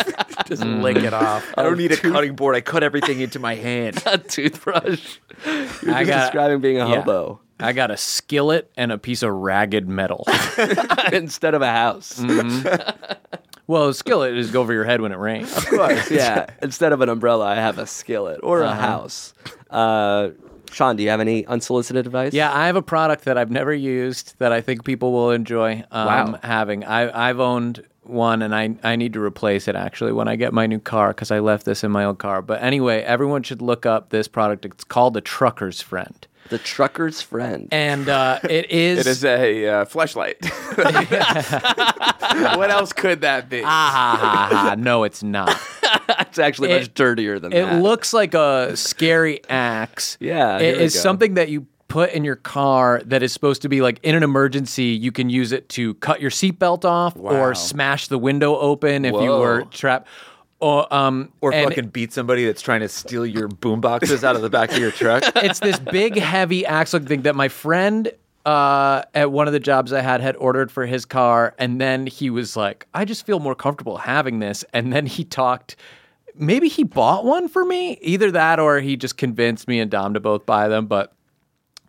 Speaker 3: Just lick it off.
Speaker 4: I don't need a cutting board. I cut everything into my hand.
Speaker 1: a toothbrush. You're
Speaker 2: I
Speaker 1: just
Speaker 2: got-
Speaker 1: describing being a
Speaker 2: yeah.
Speaker 1: hobo
Speaker 2: I got a skillet and a piece of ragged metal.
Speaker 1: instead Mm-hmm. of a house.
Speaker 2: well, a skillet is go over your head when it rains.
Speaker 1: yeah, Uh-huh. instead of an umbrella, I have a skillet or a house. Uh, Sean, do you have any unsolicited advice?
Speaker 2: Yeah, I have a product that I've never used that I think people will enjoy um,
Speaker 1: Wow.
Speaker 2: having. I, I've owned one and I, I need to replace it actually when I get my new car because I left this in my old car. But anyway, everyone should look up this product. It's called the Trucker's Friend.
Speaker 1: the trucker's friend.
Speaker 2: And uh, it is.
Speaker 3: It is a uh, flashlight. what else could that be?
Speaker 2: Ah, ha, ha, ha. No, it's not.
Speaker 1: It's actually
Speaker 2: it-
Speaker 1: much dirtier than
Speaker 2: It
Speaker 1: that.
Speaker 2: looks like a scary axe.
Speaker 1: Yeah, here
Speaker 2: It
Speaker 1: we
Speaker 2: is
Speaker 1: go.
Speaker 2: something that you put in your car that is supposed to be like in an emergency, you can use it to cut your seatbelt off or smash the window open if you were trapped. Or, um,
Speaker 4: Or
Speaker 2: and
Speaker 4: fucking beat somebody that's trying to steal your boomboxes out of the back of your truck.
Speaker 2: it's this big, heavy axe looking thing that my friend uh, at one of the jobs I had had ordered for his car. And then he was like, I just feel more comfortable having this. And then he talked. Maybe he bought one for me. Either that or he just convinced me and Dom to both buy them. But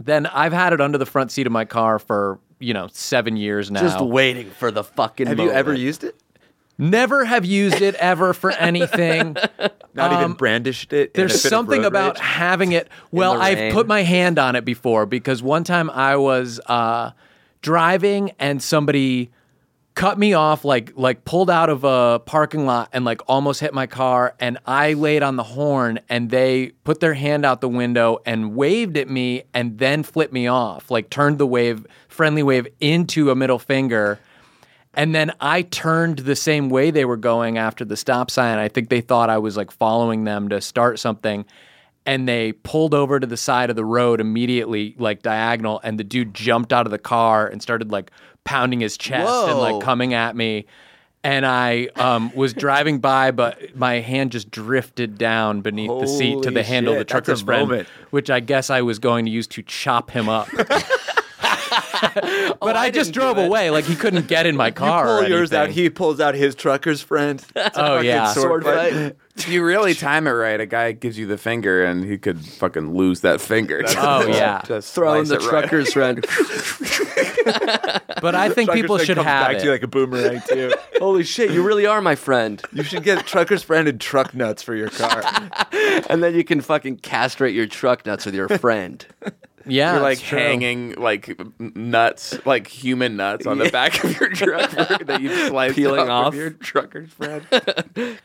Speaker 2: then I've had it under the front seat of my car for, you know, seven years now.
Speaker 1: just waiting for the fucking.
Speaker 4: Have you ever
Speaker 1: moment.
Speaker 4: used it?
Speaker 2: Never have used it ever for anything.
Speaker 4: Not
Speaker 1: Um,
Speaker 4: even brandished it. in a
Speaker 2: There's
Speaker 4: fit of
Speaker 2: something
Speaker 4: road
Speaker 2: about
Speaker 4: rage?
Speaker 2: having it. Well,
Speaker 1: the
Speaker 2: I've
Speaker 1: rain.
Speaker 2: put my hand on it before because one time I was uh, driving and somebody cut me off, like like pulled out of a parking lot and like almost hit my car, and I laid on the horn and they put their hand out the window and waved at me and then flipped me off, like turned the wave friendly wave into a middle finger. And then I turned the same way they were going after the stop sign. I think they thought I was like following them to start something. And they pulled over to the side of the road immediately, like diagonal. And the dude jumped out of the car and started like pounding his chest and
Speaker 1: Whoa.
Speaker 2: like coming at me. And I um, was driving by, but my hand just drifted down beneath the seat to
Speaker 4: Holy
Speaker 2: the handle of
Speaker 4: shit,
Speaker 2: the
Speaker 4: that's a
Speaker 2: trucker's friend,
Speaker 4: moment. Oh,
Speaker 2: which I guess I was going to use to chop him up. but I, just drove away. Like he couldn't get in my car.
Speaker 4: Pull
Speaker 2: or
Speaker 4: yours out.
Speaker 2: anything.
Speaker 4: He pulls out his trucker's friend.
Speaker 2: Oh yeah.
Speaker 4: sword fight.
Speaker 3: If you really time it right, a guy gives you the finger and he could fucking lose that finger.
Speaker 2: Oh, yeah.
Speaker 3: Just
Speaker 1: thrown
Speaker 3: slice
Speaker 1: the
Speaker 3: it right.
Speaker 1: trucker's friend?
Speaker 2: But I think
Speaker 4: Trucker's
Speaker 2: people
Speaker 4: friend
Speaker 2: should
Speaker 4: comes
Speaker 2: have
Speaker 4: back to you
Speaker 2: it.
Speaker 4: like a boomerang too.
Speaker 1: Holy shit! You really are my friend.
Speaker 4: you should get trucker's friend and truck nuts for your car.
Speaker 1: And then you can fucking castrate your truck nuts with your friend.
Speaker 2: Yeah,
Speaker 3: You're like
Speaker 2: it's true.
Speaker 3: hanging like n- nuts, like human nuts on the back of your truck that you've sliced
Speaker 1: Peeling
Speaker 3: off,
Speaker 1: off.
Speaker 3: Of your trucker's friend.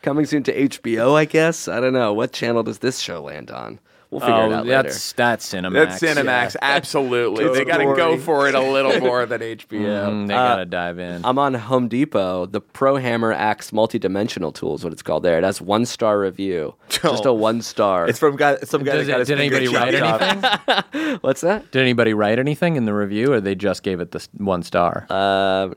Speaker 1: Coming soon to HBO, I guess. I don't know what channel does this show land on. We'll figure it
Speaker 2: Oh,
Speaker 1: out
Speaker 2: that's that's Cinemax.
Speaker 3: That's Cinemax, absolutely. they got to go for it a little more than HBO.
Speaker 2: Mm, they gotta dive in.
Speaker 1: I'm on Home Depot. The Pro Hammer Axe Multidimensional Tool is what it's called there. It has one star review. Just a one star.
Speaker 4: Oh. It's from guy, some guy
Speaker 2: Does
Speaker 4: that got
Speaker 2: it-
Speaker 4: his
Speaker 2: did
Speaker 4: finger
Speaker 2: anybody write
Speaker 4: chopped off.
Speaker 2: anything?
Speaker 1: What's that?
Speaker 2: Did anybody write anything in the review, or they just gave it the s- one star?
Speaker 1: Uh,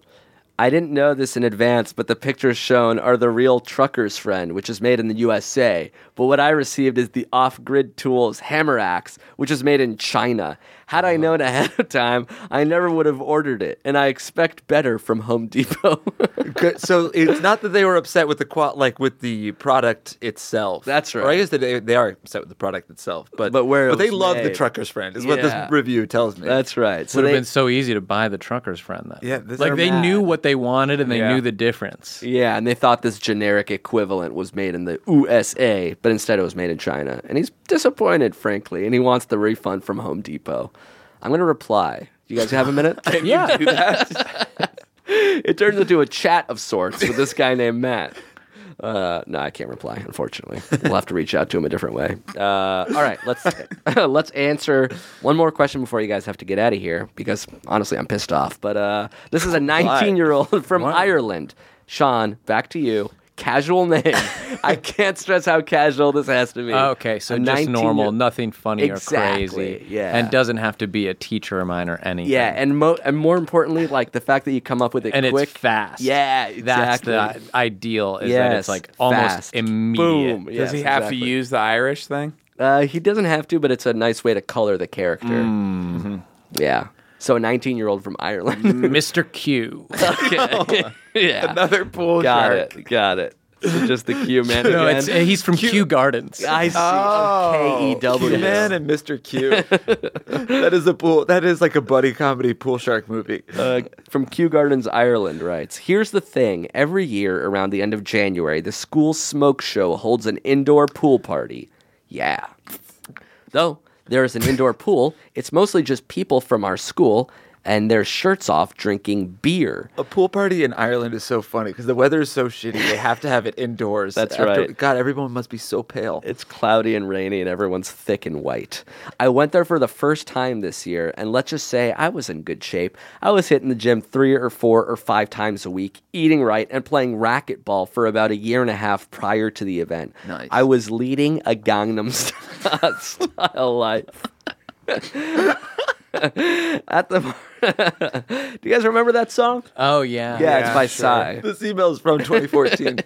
Speaker 1: I didn't know this in advance, but the pictures shown are the real Trucker's Friend, which is made in the USA. But what I received is the off grid tools Hammer Axe, which is made in China. Had
Speaker 4: Uh-huh.
Speaker 1: I known ahead of time, I never would have ordered it, and I expect better from Home Depot.
Speaker 4: Good. So it's not that they were upset with the qua like with the product itself.
Speaker 1: That's right.
Speaker 4: Or I guess that they, they are upset with the product itself, but
Speaker 1: But where it
Speaker 4: but they
Speaker 1: was
Speaker 4: love the
Speaker 1: made.
Speaker 4: trucker's friend is
Speaker 1: Yeah.
Speaker 4: what this review tells me.
Speaker 1: That's right. So
Speaker 2: Would have
Speaker 1: they-
Speaker 2: been so easy to buy the trucker's friend though.
Speaker 4: Yeah, this-
Speaker 2: like
Speaker 4: they're
Speaker 2: they knew
Speaker 1: mad.
Speaker 2: what they wanted and they
Speaker 3: Yeah.
Speaker 2: knew the difference.
Speaker 1: yeah, and they thought this generic equivalent was made in the USA, but instead it was made in China. And he's disappointed, frankly, and he wants the refund from Home Depot. I'm going to reply. You guys have a minute?
Speaker 2: Yeah,
Speaker 1: it turns into a chat of sorts with this guy named Matt. Uh, no, I can't reply. Unfortunately, we'll have to reach out to him a different way. Uh, all right, let's let's answer one more question before you guys have to get out of here because honestly, I'm pissed off. But uh, this is a 19 year old from Ireland. Sean, back to you. Casual name. I can't stress how casual this has to be.
Speaker 2: Oh, Okay, so
Speaker 1: A
Speaker 2: just
Speaker 1: 19
Speaker 2: normal,
Speaker 1: year-
Speaker 2: nothing funny or
Speaker 1: Exactly,
Speaker 2: crazy.
Speaker 1: yeah.
Speaker 2: And doesn't have to be a teacher of mine or anything.
Speaker 1: Yeah, and mo- and more importantly, like the fact that you come up with it
Speaker 2: And
Speaker 1: quick,
Speaker 2: it's fast.
Speaker 1: Yeah,
Speaker 2: That's
Speaker 1: exactly.
Speaker 2: the ideal is that
Speaker 1: Yes,
Speaker 2: it's like almost
Speaker 1: fast.
Speaker 2: immediate.
Speaker 1: Boom.
Speaker 3: Does
Speaker 1: Yes,
Speaker 3: he have
Speaker 1: exactly.
Speaker 3: to use the Irish thing?
Speaker 1: Uh, he doesn't have to, but it's a nice way to color the character. Mm. Yeah. So a 19 year old from Ireland.
Speaker 2: Mr. Q.
Speaker 1: okay. yeah.
Speaker 3: Another pool
Speaker 1: Got
Speaker 3: shark.
Speaker 1: it. Got it. So just the Q man.
Speaker 2: no,
Speaker 1: again.
Speaker 2: it's uh, he's from Q, Gardens.
Speaker 1: I see. K E W.
Speaker 4: Man and Mr. Q. that is a pool. That is like a buddy comedy pool shark movie.
Speaker 1: Uh, from Kew Gardens, Ireland writes Here's the thing. Every year around the end of January, the school smoke show holds an indoor pool party. Yeah. Though there is an indoor pool, it's mostly just people from our school and their shirts off drinking beer.
Speaker 4: A pool party in Ireland is so funny because the weather is so shitty. They have to have it indoors.
Speaker 1: That's right.
Speaker 4: God, everyone must be so pale.
Speaker 1: It's cloudy and rainy, and everyone's thick and white. I went there for the first time this year, and let's just say I was in good shape. I was hitting the gym three or four or five times a week, eating right, and playing racquetball for about a year and a half prior to the event.
Speaker 9: Nice.
Speaker 1: I was leading a Gangnam St- style life. At the, do you guys remember that song?
Speaker 2: Oh yeah.
Speaker 1: yeah, it's by Psy.
Speaker 4: This email is from 2014.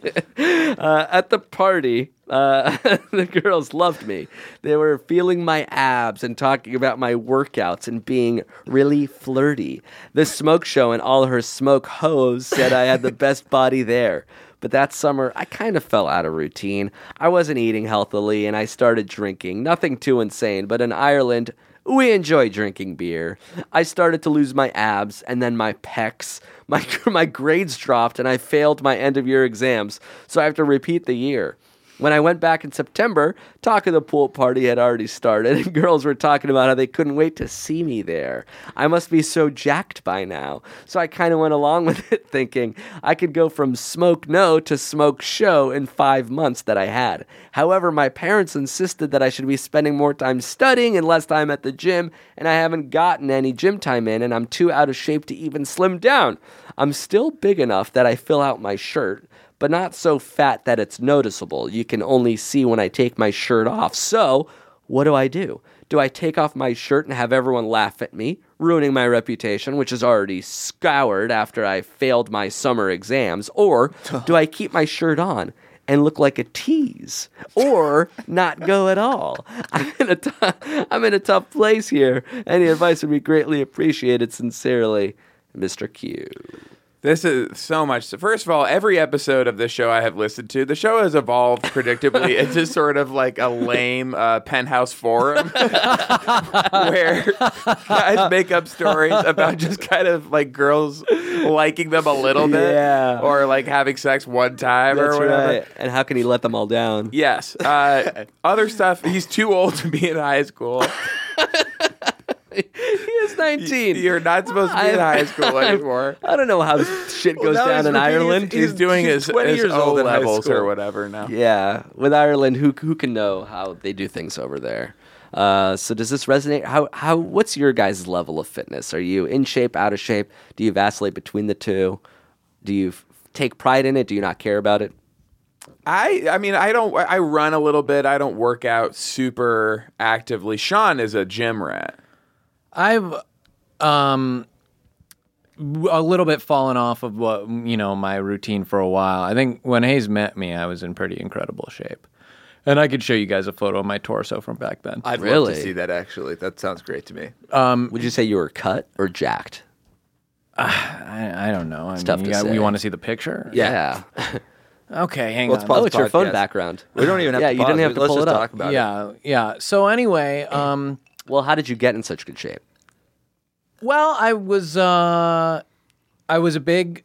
Speaker 1: Uh, at the party, uh, the girls loved me. They were feeling my abs and talking about my workouts and being really flirty. The smoke show and all her smoke hoes said I had the best body there. But that summer, I kind of fell out of routine. I wasn't eating healthily and I started drinking. Nothing too insane, but in Ireland, we enjoy drinking beer. I started to lose my abs and then my pecs. My, my grades dropped and I failed my end of year exams, so I have to repeat the year. When I went back in September, talk of the pool party had already started, and girls were talking about how they couldn't wait to see me there. I must be so jacked by now. So I kind of went along with it, thinking I could go from smoke no to smoke show in five months that I had. However, my parents insisted that I should be spending more time studying and less time at the gym, and I haven't gotten any gym time in, and I'm too out of shape to even slim down. I'm still big enough that I fill out my shirt but not so fat that it's noticeable. You can only see when I take my shirt off. So, what do I do? Do I take off my shirt and have everyone laugh at me, ruining my reputation, which is already scoured after I failed my summer exams? Or do I keep my shirt on? And look like a tease, or not go at all. I'm in a, t- I'm in a tough place here. Any advice would be greatly appreciated. Sincerely, Mr. Q.
Speaker 3: This is so much. So first of all, every episode of this show I have listened to, the show has evolved predictably into sort of like a lame uh, penthouse forum where guys make up stories about just kind of like girls liking them a little bit
Speaker 1: Yeah.
Speaker 3: or like having sex one time or whatever.
Speaker 1: And how can he let them all down?
Speaker 3: Yes. Uh, other stuff. He's too old to be in high school.
Speaker 1: He is 19.
Speaker 3: You're not supposed to be in high school anymore.
Speaker 1: I don't know how this shit goes
Speaker 4: now
Speaker 1: down
Speaker 4: he's
Speaker 1: in
Speaker 4: repeating his-
Speaker 1: Ireland.
Speaker 3: He's, doing
Speaker 4: he's
Speaker 3: his,
Speaker 4: 20
Speaker 3: his
Speaker 4: years
Speaker 3: O
Speaker 4: old in high
Speaker 3: levels or
Speaker 4: school.
Speaker 3: whatever now.
Speaker 1: yeah, with Ireland, who who can know how they do things over there? Uh, so does this resonate? How how what's your guys' level of fitness? Are you in shape, out of shape? Do you vacillate between the two? Do you f- take pride in it? Do you not care about it?
Speaker 3: I I mean I don't I run a little bit. I don't work out super actively. Sean is a gym rat.
Speaker 2: I've um w- a little bit fallen off of what you know my routine for a while. I think when Hayes met me, I was in pretty incredible shape, and I could show you guys a photo of my torso from back then.
Speaker 4: I'd love
Speaker 1: Really?
Speaker 4: to see that actually. That sounds great to me. Mm,
Speaker 1: Would you say you were cut or jacked?
Speaker 2: I, I don't know. I mean,
Speaker 1: tough
Speaker 2: you,
Speaker 1: to
Speaker 2: got-
Speaker 1: say.
Speaker 2: you want to see the picture?
Speaker 1: Yeah.
Speaker 2: Okay, hang
Speaker 4: Let's
Speaker 2: on.
Speaker 4: pause
Speaker 1: oh, it's your phone
Speaker 4: podcast.
Speaker 1: background.
Speaker 4: We don't even have
Speaker 1: yeah,
Speaker 4: to
Speaker 1: you didn't
Speaker 4: pause.
Speaker 1: have to
Speaker 4: Let's
Speaker 1: pull
Speaker 4: just
Speaker 1: it up.
Speaker 4: talk about it.
Speaker 2: yeah, yeah. So anyway, um,
Speaker 1: Well, how did you get in such good shape?
Speaker 2: well, I was uh, I was a big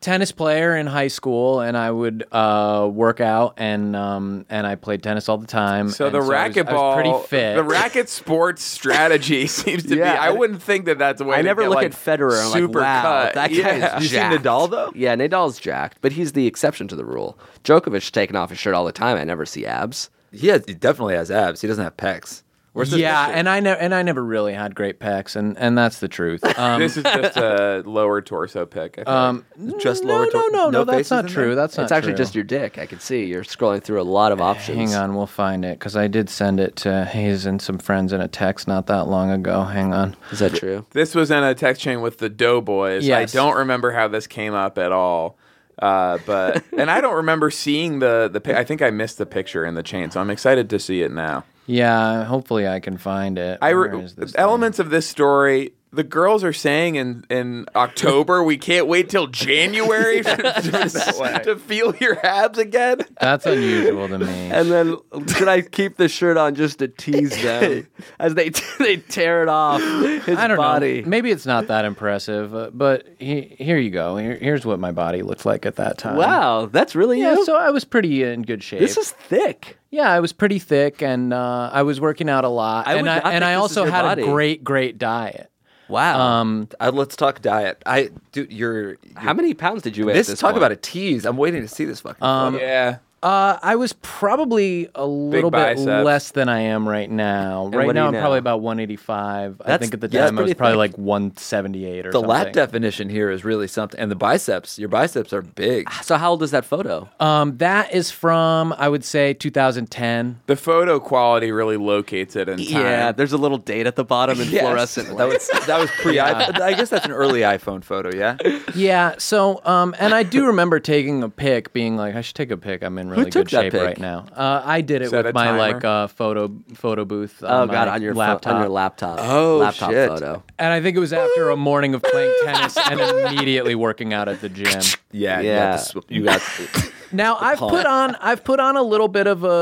Speaker 2: tennis player in high school, and I would uh, work out and um, and I played tennis all the time.
Speaker 3: So
Speaker 2: and
Speaker 3: the
Speaker 2: I was- I
Speaker 3: racquetball,
Speaker 2: was pretty fit.
Speaker 3: the racket sports strategy seems to
Speaker 1: Yeah,
Speaker 3: be. I
Speaker 1: I-
Speaker 3: wouldn't think that that's a way.
Speaker 1: I
Speaker 3: to
Speaker 1: never
Speaker 3: get,
Speaker 1: look
Speaker 3: like,
Speaker 1: at Federer. I'm like,
Speaker 3: super
Speaker 1: wow,
Speaker 3: cut.
Speaker 1: that guy
Speaker 3: yeah.
Speaker 1: is
Speaker 4: You seen
Speaker 1: jacked.
Speaker 4: Nadal, though?
Speaker 1: Yeah, Nadal's jacked, but he's the exception to the rule. Djokovic taking off his shirt all the time. I never see abs.
Speaker 4: He, has, he definitely has abs. He doesn't have pecs. Where's this
Speaker 2: yeah,
Speaker 4: picture?
Speaker 2: and I never and I never really had great pecs, and and that's the truth. Um,
Speaker 3: This is just a lower torso pick. I think.
Speaker 4: just
Speaker 2: no,
Speaker 4: lower
Speaker 2: no,
Speaker 4: tor-
Speaker 2: no, no,
Speaker 4: no
Speaker 2: that's
Speaker 4: faces
Speaker 2: not
Speaker 4: in
Speaker 2: true.
Speaker 4: there?
Speaker 2: That's not.
Speaker 1: it's actually
Speaker 2: true.
Speaker 1: just your dick. I can see you're scrolling through a lot of options.
Speaker 2: Hang on, we'll find it because I did send it to Hayes and some friends in a text not that long ago. Hang on.
Speaker 1: is that true?
Speaker 3: This was in a text chain with the Doughboys.
Speaker 2: Yes.
Speaker 3: I don't remember how this came up at all. Uh, but and I don't remember seeing the the. Pi- I think I missed the picture in the chain, so I'm excited to see it now.
Speaker 2: Yeah, hopefully I can find it.
Speaker 3: I
Speaker 2: Where
Speaker 3: re-
Speaker 2: is this thing?
Speaker 3: elements of this story. The girls are saying in in October we can't wait till January to, to feel your abs again.
Speaker 2: That's unusual to me.
Speaker 1: And then could I keep the shirt on just to tease them as they they tear it off his
Speaker 2: I don't
Speaker 1: body?
Speaker 2: know. Maybe it's not that impressive, uh, but he, here you go. Here, here's what my body looked like at that time.
Speaker 1: Wow, that's really
Speaker 2: Yeah,
Speaker 1: you?
Speaker 2: so I was pretty in good shape.
Speaker 1: this is thick.
Speaker 2: yeah, I was pretty thick, and uh, I was working out a lot,
Speaker 1: I
Speaker 2: and
Speaker 1: would
Speaker 2: I
Speaker 1: not think
Speaker 2: and I
Speaker 1: this is
Speaker 2: also
Speaker 1: your
Speaker 2: had
Speaker 1: body.
Speaker 2: a great, great diet.
Speaker 1: Wow.
Speaker 2: Um,
Speaker 4: Uh, let's talk diet. I dude, you're,
Speaker 1: How many pounds did you weigh? at
Speaker 4: this,
Speaker 1: this
Speaker 4: talk
Speaker 1: point?
Speaker 4: about a tease. I'm waiting to see this fucking. photo.
Speaker 3: Um, Yeah,
Speaker 2: Uh, I was probably a little bit
Speaker 3: biceps.
Speaker 2: less than I am right now. right
Speaker 1: what do
Speaker 2: now,
Speaker 1: you
Speaker 2: I'm
Speaker 1: know?
Speaker 2: probably about 185. I
Speaker 1: That's-
Speaker 2: think at the
Speaker 1: yeah, that's
Speaker 2: time I was
Speaker 1: pretty
Speaker 2: probably
Speaker 1: thick.
Speaker 2: like 178 or
Speaker 4: the
Speaker 2: something.
Speaker 4: lat definition here is really something, and the biceps. Your biceps are big.
Speaker 1: So how old is that photo?
Speaker 2: Um, that is from I would say 2010.
Speaker 3: the photo quality really locates it in time.
Speaker 1: Yeah, there's a little date at the bottom in
Speaker 4: Yes.
Speaker 1: fluorescent.
Speaker 4: That was that was pre. I guess that's an early iPhone photo. Yeah.
Speaker 2: Yeah. So, um, and I do remember taking a pic, being like, I should take a pic. I'm in really
Speaker 1: took
Speaker 2: good
Speaker 1: that
Speaker 2: shape
Speaker 1: pic?
Speaker 2: right now. Uh, I did it
Speaker 3: Set a
Speaker 2: with my
Speaker 3: timer?
Speaker 2: like uh, photo photo booth.
Speaker 1: Oh
Speaker 2: my
Speaker 1: god, on your laptop.
Speaker 2: laptop.
Speaker 1: on your laptop.
Speaker 4: Oh,
Speaker 1: laptop
Speaker 4: shit.
Speaker 1: photo.
Speaker 2: And I think it was after a morning of playing tennis and immediately working out at the gym.
Speaker 4: Yeah.
Speaker 1: Yeah.
Speaker 4: You got. the sw- you got
Speaker 2: Now I've put on I've put on a little bit of a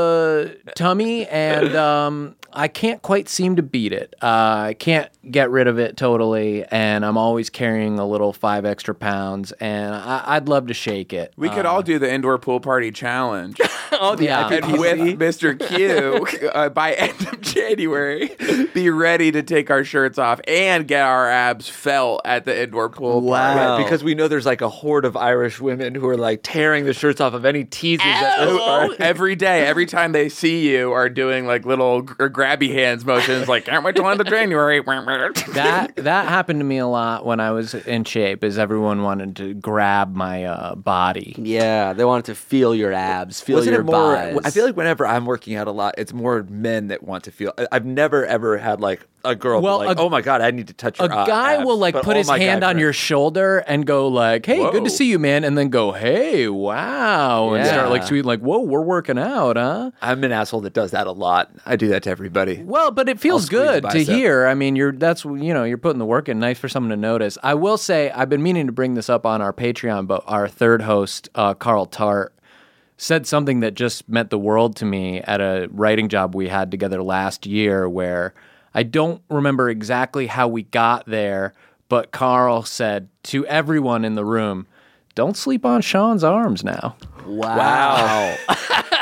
Speaker 2: tummy, and um, I can't quite seem to beat it. Uh, I can't get rid of it totally, and I'm always carrying a little five extra pounds, and I, I'd love to shake it.
Speaker 3: We could all do the indoor pool party challenge.
Speaker 2: Oh yeah,
Speaker 3: Uh, and with Mr. Q uh, by end of January, be ready to take our shirts off and get our abs felt at the indoor pool. party.
Speaker 4: right, because we know there's like a horde of Irish women who are like tearing the shirts off of any teases. That
Speaker 3: Who are- every day, every time they see you, are doing like little gr- grabby hands motions, like can't wait till end of January.
Speaker 2: that that happened to me a lot when I was in shape. Is everyone wanted to grab my uh, body?
Speaker 1: Yeah, they wanted to feel your abs, feel
Speaker 4: Wasn't
Speaker 1: your
Speaker 4: it more?
Speaker 1: buys.
Speaker 4: I feel like whenever I'm working out a lot, it's more men that want to feel. I- I've never ever had like a girl. be
Speaker 2: Well,
Speaker 4: like,
Speaker 2: a-
Speaker 4: oh my god, I need to touch your
Speaker 2: a
Speaker 4: uh,
Speaker 2: guy
Speaker 4: abs,"
Speaker 2: will like
Speaker 4: but
Speaker 2: put
Speaker 4: all
Speaker 2: his
Speaker 4: my guy
Speaker 2: hand on
Speaker 4: friends-
Speaker 2: your shoulder and go like, "Hey, good
Speaker 3: Whoa.
Speaker 2: to see you, man," and then go, "Hey, wow," and start like
Speaker 1: Yeah.
Speaker 2: tweeting like, "Whoa, we're working out, huh?"
Speaker 4: I'm an asshole that does that a lot. I do that to everybody.
Speaker 2: Well, but it
Speaker 4: I'll
Speaker 2: feels
Speaker 4: squeeze
Speaker 2: good
Speaker 4: the
Speaker 2: to
Speaker 4: bicep.
Speaker 2: hear. I mean, you're that's you know you're putting the work in. Nice for someone to notice. I will say I've been meaning to bring this up on our Patreon, but our third host uh, Carl Tart said something that just meant the world to me at a writing job we had together last year, where I don't remember exactly how we got there, but Carl said to everyone in the room. Don't sleep on Sean's arms now.
Speaker 1: wow.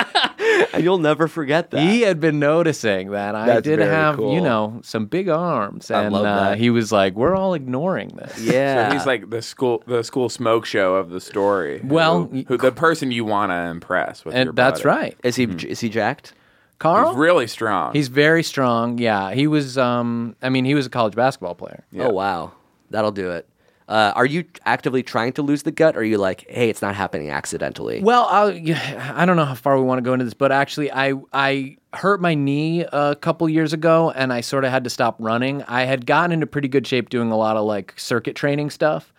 Speaker 1: And You'll never forget that.
Speaker 2: He had been noticing that I
Speaker 4: That's
Speaker 2: did
Speaker 4: very
Speaker 2: have, you
Speaker 4: cool.
Speaker 2: know, some big arms,
Speaker 4: I
Speaker 2: and
Speaker 4: love
Speaker 2: uh,
Speaker 4: that.
Speaker 2: he was like, "We're all ignoring this."
Speaker 1: yeah.
Speaker 3: He's like the school, the school smoke show of the story.
Speaker 2: Well,
Speaker 3: who, who- the person you want to impress with your
Speaker 2: and that's
Speaker 3: body.
Speaker 2: right,
Speaker 1: is he is he jacked?
Speaker 2: Carl.
Speaker 3: He's really strong.
Speaker 2: he's very strong. Yeah, he was. Um, I mean, he was a college basketball player.
Speaker 1: Oh wow. That'll do it. Uh, are you actively trying to lose the gut or are you like, "Hey, it's not happening accidentally?"
Speaker 2: Well, I'll, I don't know how far we want to go into this, but actually, I I hurt my knee a couple years ago, and I sort of had to stop running. I had gotten into pretty good shape doing a lot of like circuit training stuff,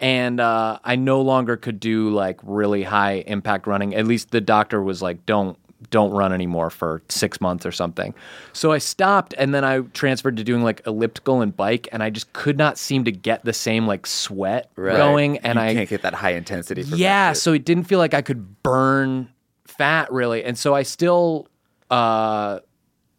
Speaker 2: and uh, I no longer could do like really high impact running. At least the doctor was like, "Don't don't run anymore for six months or something." So I stopped, and then I transferred to doing like elliptical and bike, and I just could not seem to get the same like sweat going, and
Speaker 4: you
Speaker 2: I
Speaker 4: can't get that high intensity. From
Speaker 2: yeah
Speaker 4: that shit.
Speaker 2: so it didn't feel like i could burn fat really and so i still uh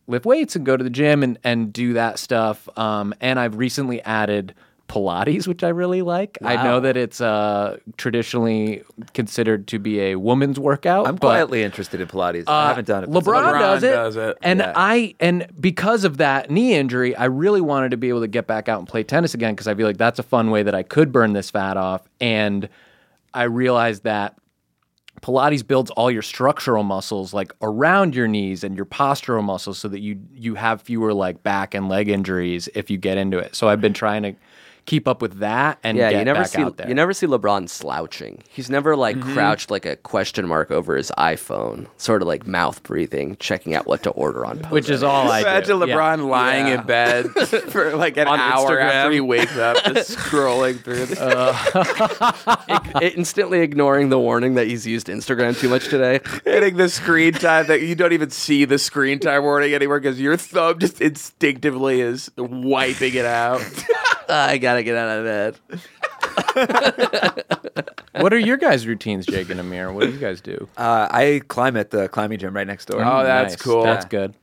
Speaker 2: lift weights and go to the gym and and do that stuff um and i've recently added Pilates, which I really like. I know that it's uh, traditionally considered to be a woman's workout.
Speaker 4: I'm
Speaker 2: but- uh,
Speaker 4: quietly interested in Pilates. I haven't done it. but
Speaker 2: LeBron,
Speaker 4: somebody-
Speaker 2: does, it,
Speaker 3: does it.
Speaker 2: and
Speaker 4: Yeah.
Speaker 2: I and because of that knee injury, I really wanted to be able to get back out and play tennis again because I feel like that's a fun way that I could burn this fat off. And I realized that Pilates builds all your structural muscles like around your knees and your postural muscles so that you you have fewer like back and leg injuries if you get into it. So I've been trying to keep up with that and
Speaker 1: Yeah,
Speaker 2: get
Speaker 1: you never
Speaker 2: back
Speaker 1: see
Speaker 2: out there.
Speaker 1: you never see LeBron slouching. He's never like crouched like a question mark over his iPhone, sort of like mouth breathing, checking out what to order on. Post.
Speaker 2: which is all I
Speaker 3: Imagine
Speaker 2: do. Yeah.
Speaker 3: LeBron lying in bed for like an
Speaker 1: On
Speaker 3: hour
Speaker 1: Instagram.
Speaker 3: after he wakes up, just scrolling through. The- uh,
Speaker 1: instantly ignoring the warning that he's used Instagram too much today.
Speaker 3: hitting the screen time that you don't even see the screen time warning anywhere because your thumb just instinctively is wiping it out.
Speaker 1: I gotta get out of bed.
Speaker 2: What are your guys' routines, Jake and Amir? What do you guys do?
Speaker 4: Uh, I climb at the climbing gym right next door.
Speaker 3: Oh, that's
Speaker 2: Nice.
Speaker 3: cool.
Speaker 2: That's good.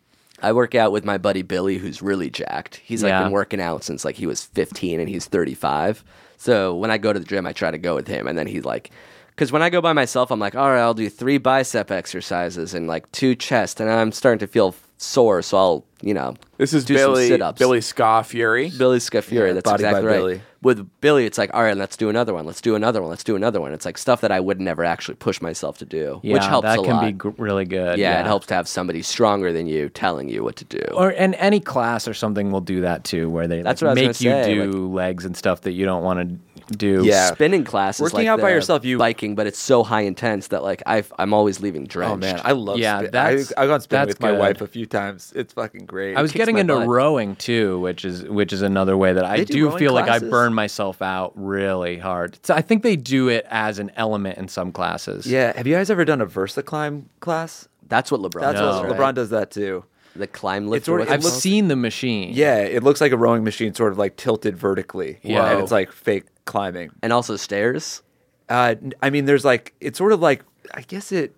Speaker 1: I work out with my buddy Billy, who's really jacked. He's like
Speaker 2: Yeah.
Speaker 1: been working out since like he was 15 and he's 35. So when I go to the gym, I try to go with him, and then he's like, because when I go by myself, I'm like, all right, I'll do three bicep exercises and like two chest, and I'm starting to feel sore, so I'll you know
Speaker 3: This is
Speaker 1: do some
Speaker 3: Billy
Speaker 1: sit-ups.
Speaker 3: Billy Scott Fury.
Speaker 1: Billy Scafuri.
Speaker 4: Yeah,
Speaker 1: that's
Speaker 4: Body by
Speaker 1: exactly right.
Speaker 4: Billy.
Speaker 1: With Billy, it's like, all right, let's do another one. Let's do another one. Let's do another one. It's like stuff that I would never actually push myself to do,
Speaker 2: Yeah,
Speaker 1: which helps
Speaker 2: that
Speaker 1: a
Speaker 2: can
Speaker 1: lot.
Speaker 2: be gr- really good.
Speaker 1: yeah, it helps to have somebody stronger than you telling you what to do.
Speaker 2: Or and any class or something will do that too, where they
Speaker 1: That's
Speaker 2: like,
Speaker 1: what I
Speaker 2: make
Speaker 1: was
Speaker 2: you
Speaker 1: gonna say,
Speaker 2: do legs and stuff that you don't want to do.
Speaker 4: Yeah.
Speaker 1: spinning classes,
Speaker 4: Working
Speaker 1: like
Speaker 4: out by
Speaker 1: the
Speaker 4: yourself, you-
Speaker 1: biking, but it's so high intense that like I've, I'm always leaving drenched.
Speaker 4: Oh man, I love.
Speaker 2: Yeah,
Speaker 4: Yeah, spin.
Speaker 2: that's-
Speaker 4: I, I've gone spinning
Speaker 2: that's
Speaker 4: with my
Speaker 2: good.
Speaker 4: wife a few times. It's fucking great.
Speaker 2: I was
Speaker 1: kicks
Speaker 2: getting
Speaker 1: my
Speaker 2: into
Speaker 1: butt.
Speaker 2: rowing too, which is which is another way that I
Speaker 4: They
Speaker 2: do,
Speaker 4: do rowing
Speaker 2: feel like I
Speaker 4: classes?
Speaker 2: burn myself out really hard. So I think they do it as an element in some classes.
Speaker 4: yeah. Have you guys ever done a Versa climb class?
Speaker 1: That's what LeBron.
Speaker 4: That's
Speaker 1: does,
Speaker 4: what
Speaker 1: right?
Speaker 4: LeBron does that too.
Speaker 1: The climb lift.
Speaker 4: It's already-
Speaker 1: or
Speaker 4: it
Speaker 2: I've
Speaker 1: whatever
Speaker 4: looks-
Speaker 1: it's
Speaker 2: seen the machine.
Speaker 4: Yeah, it looks like a rowing machine, sort of like tilted vertically.
Speaker 2: Yeah.
Speaker 4: and it's like fake climbing.
Speaker 1: called. and also stairs.
Speaker 4: Uh, n- I mean, there's like it's sort of like I guess it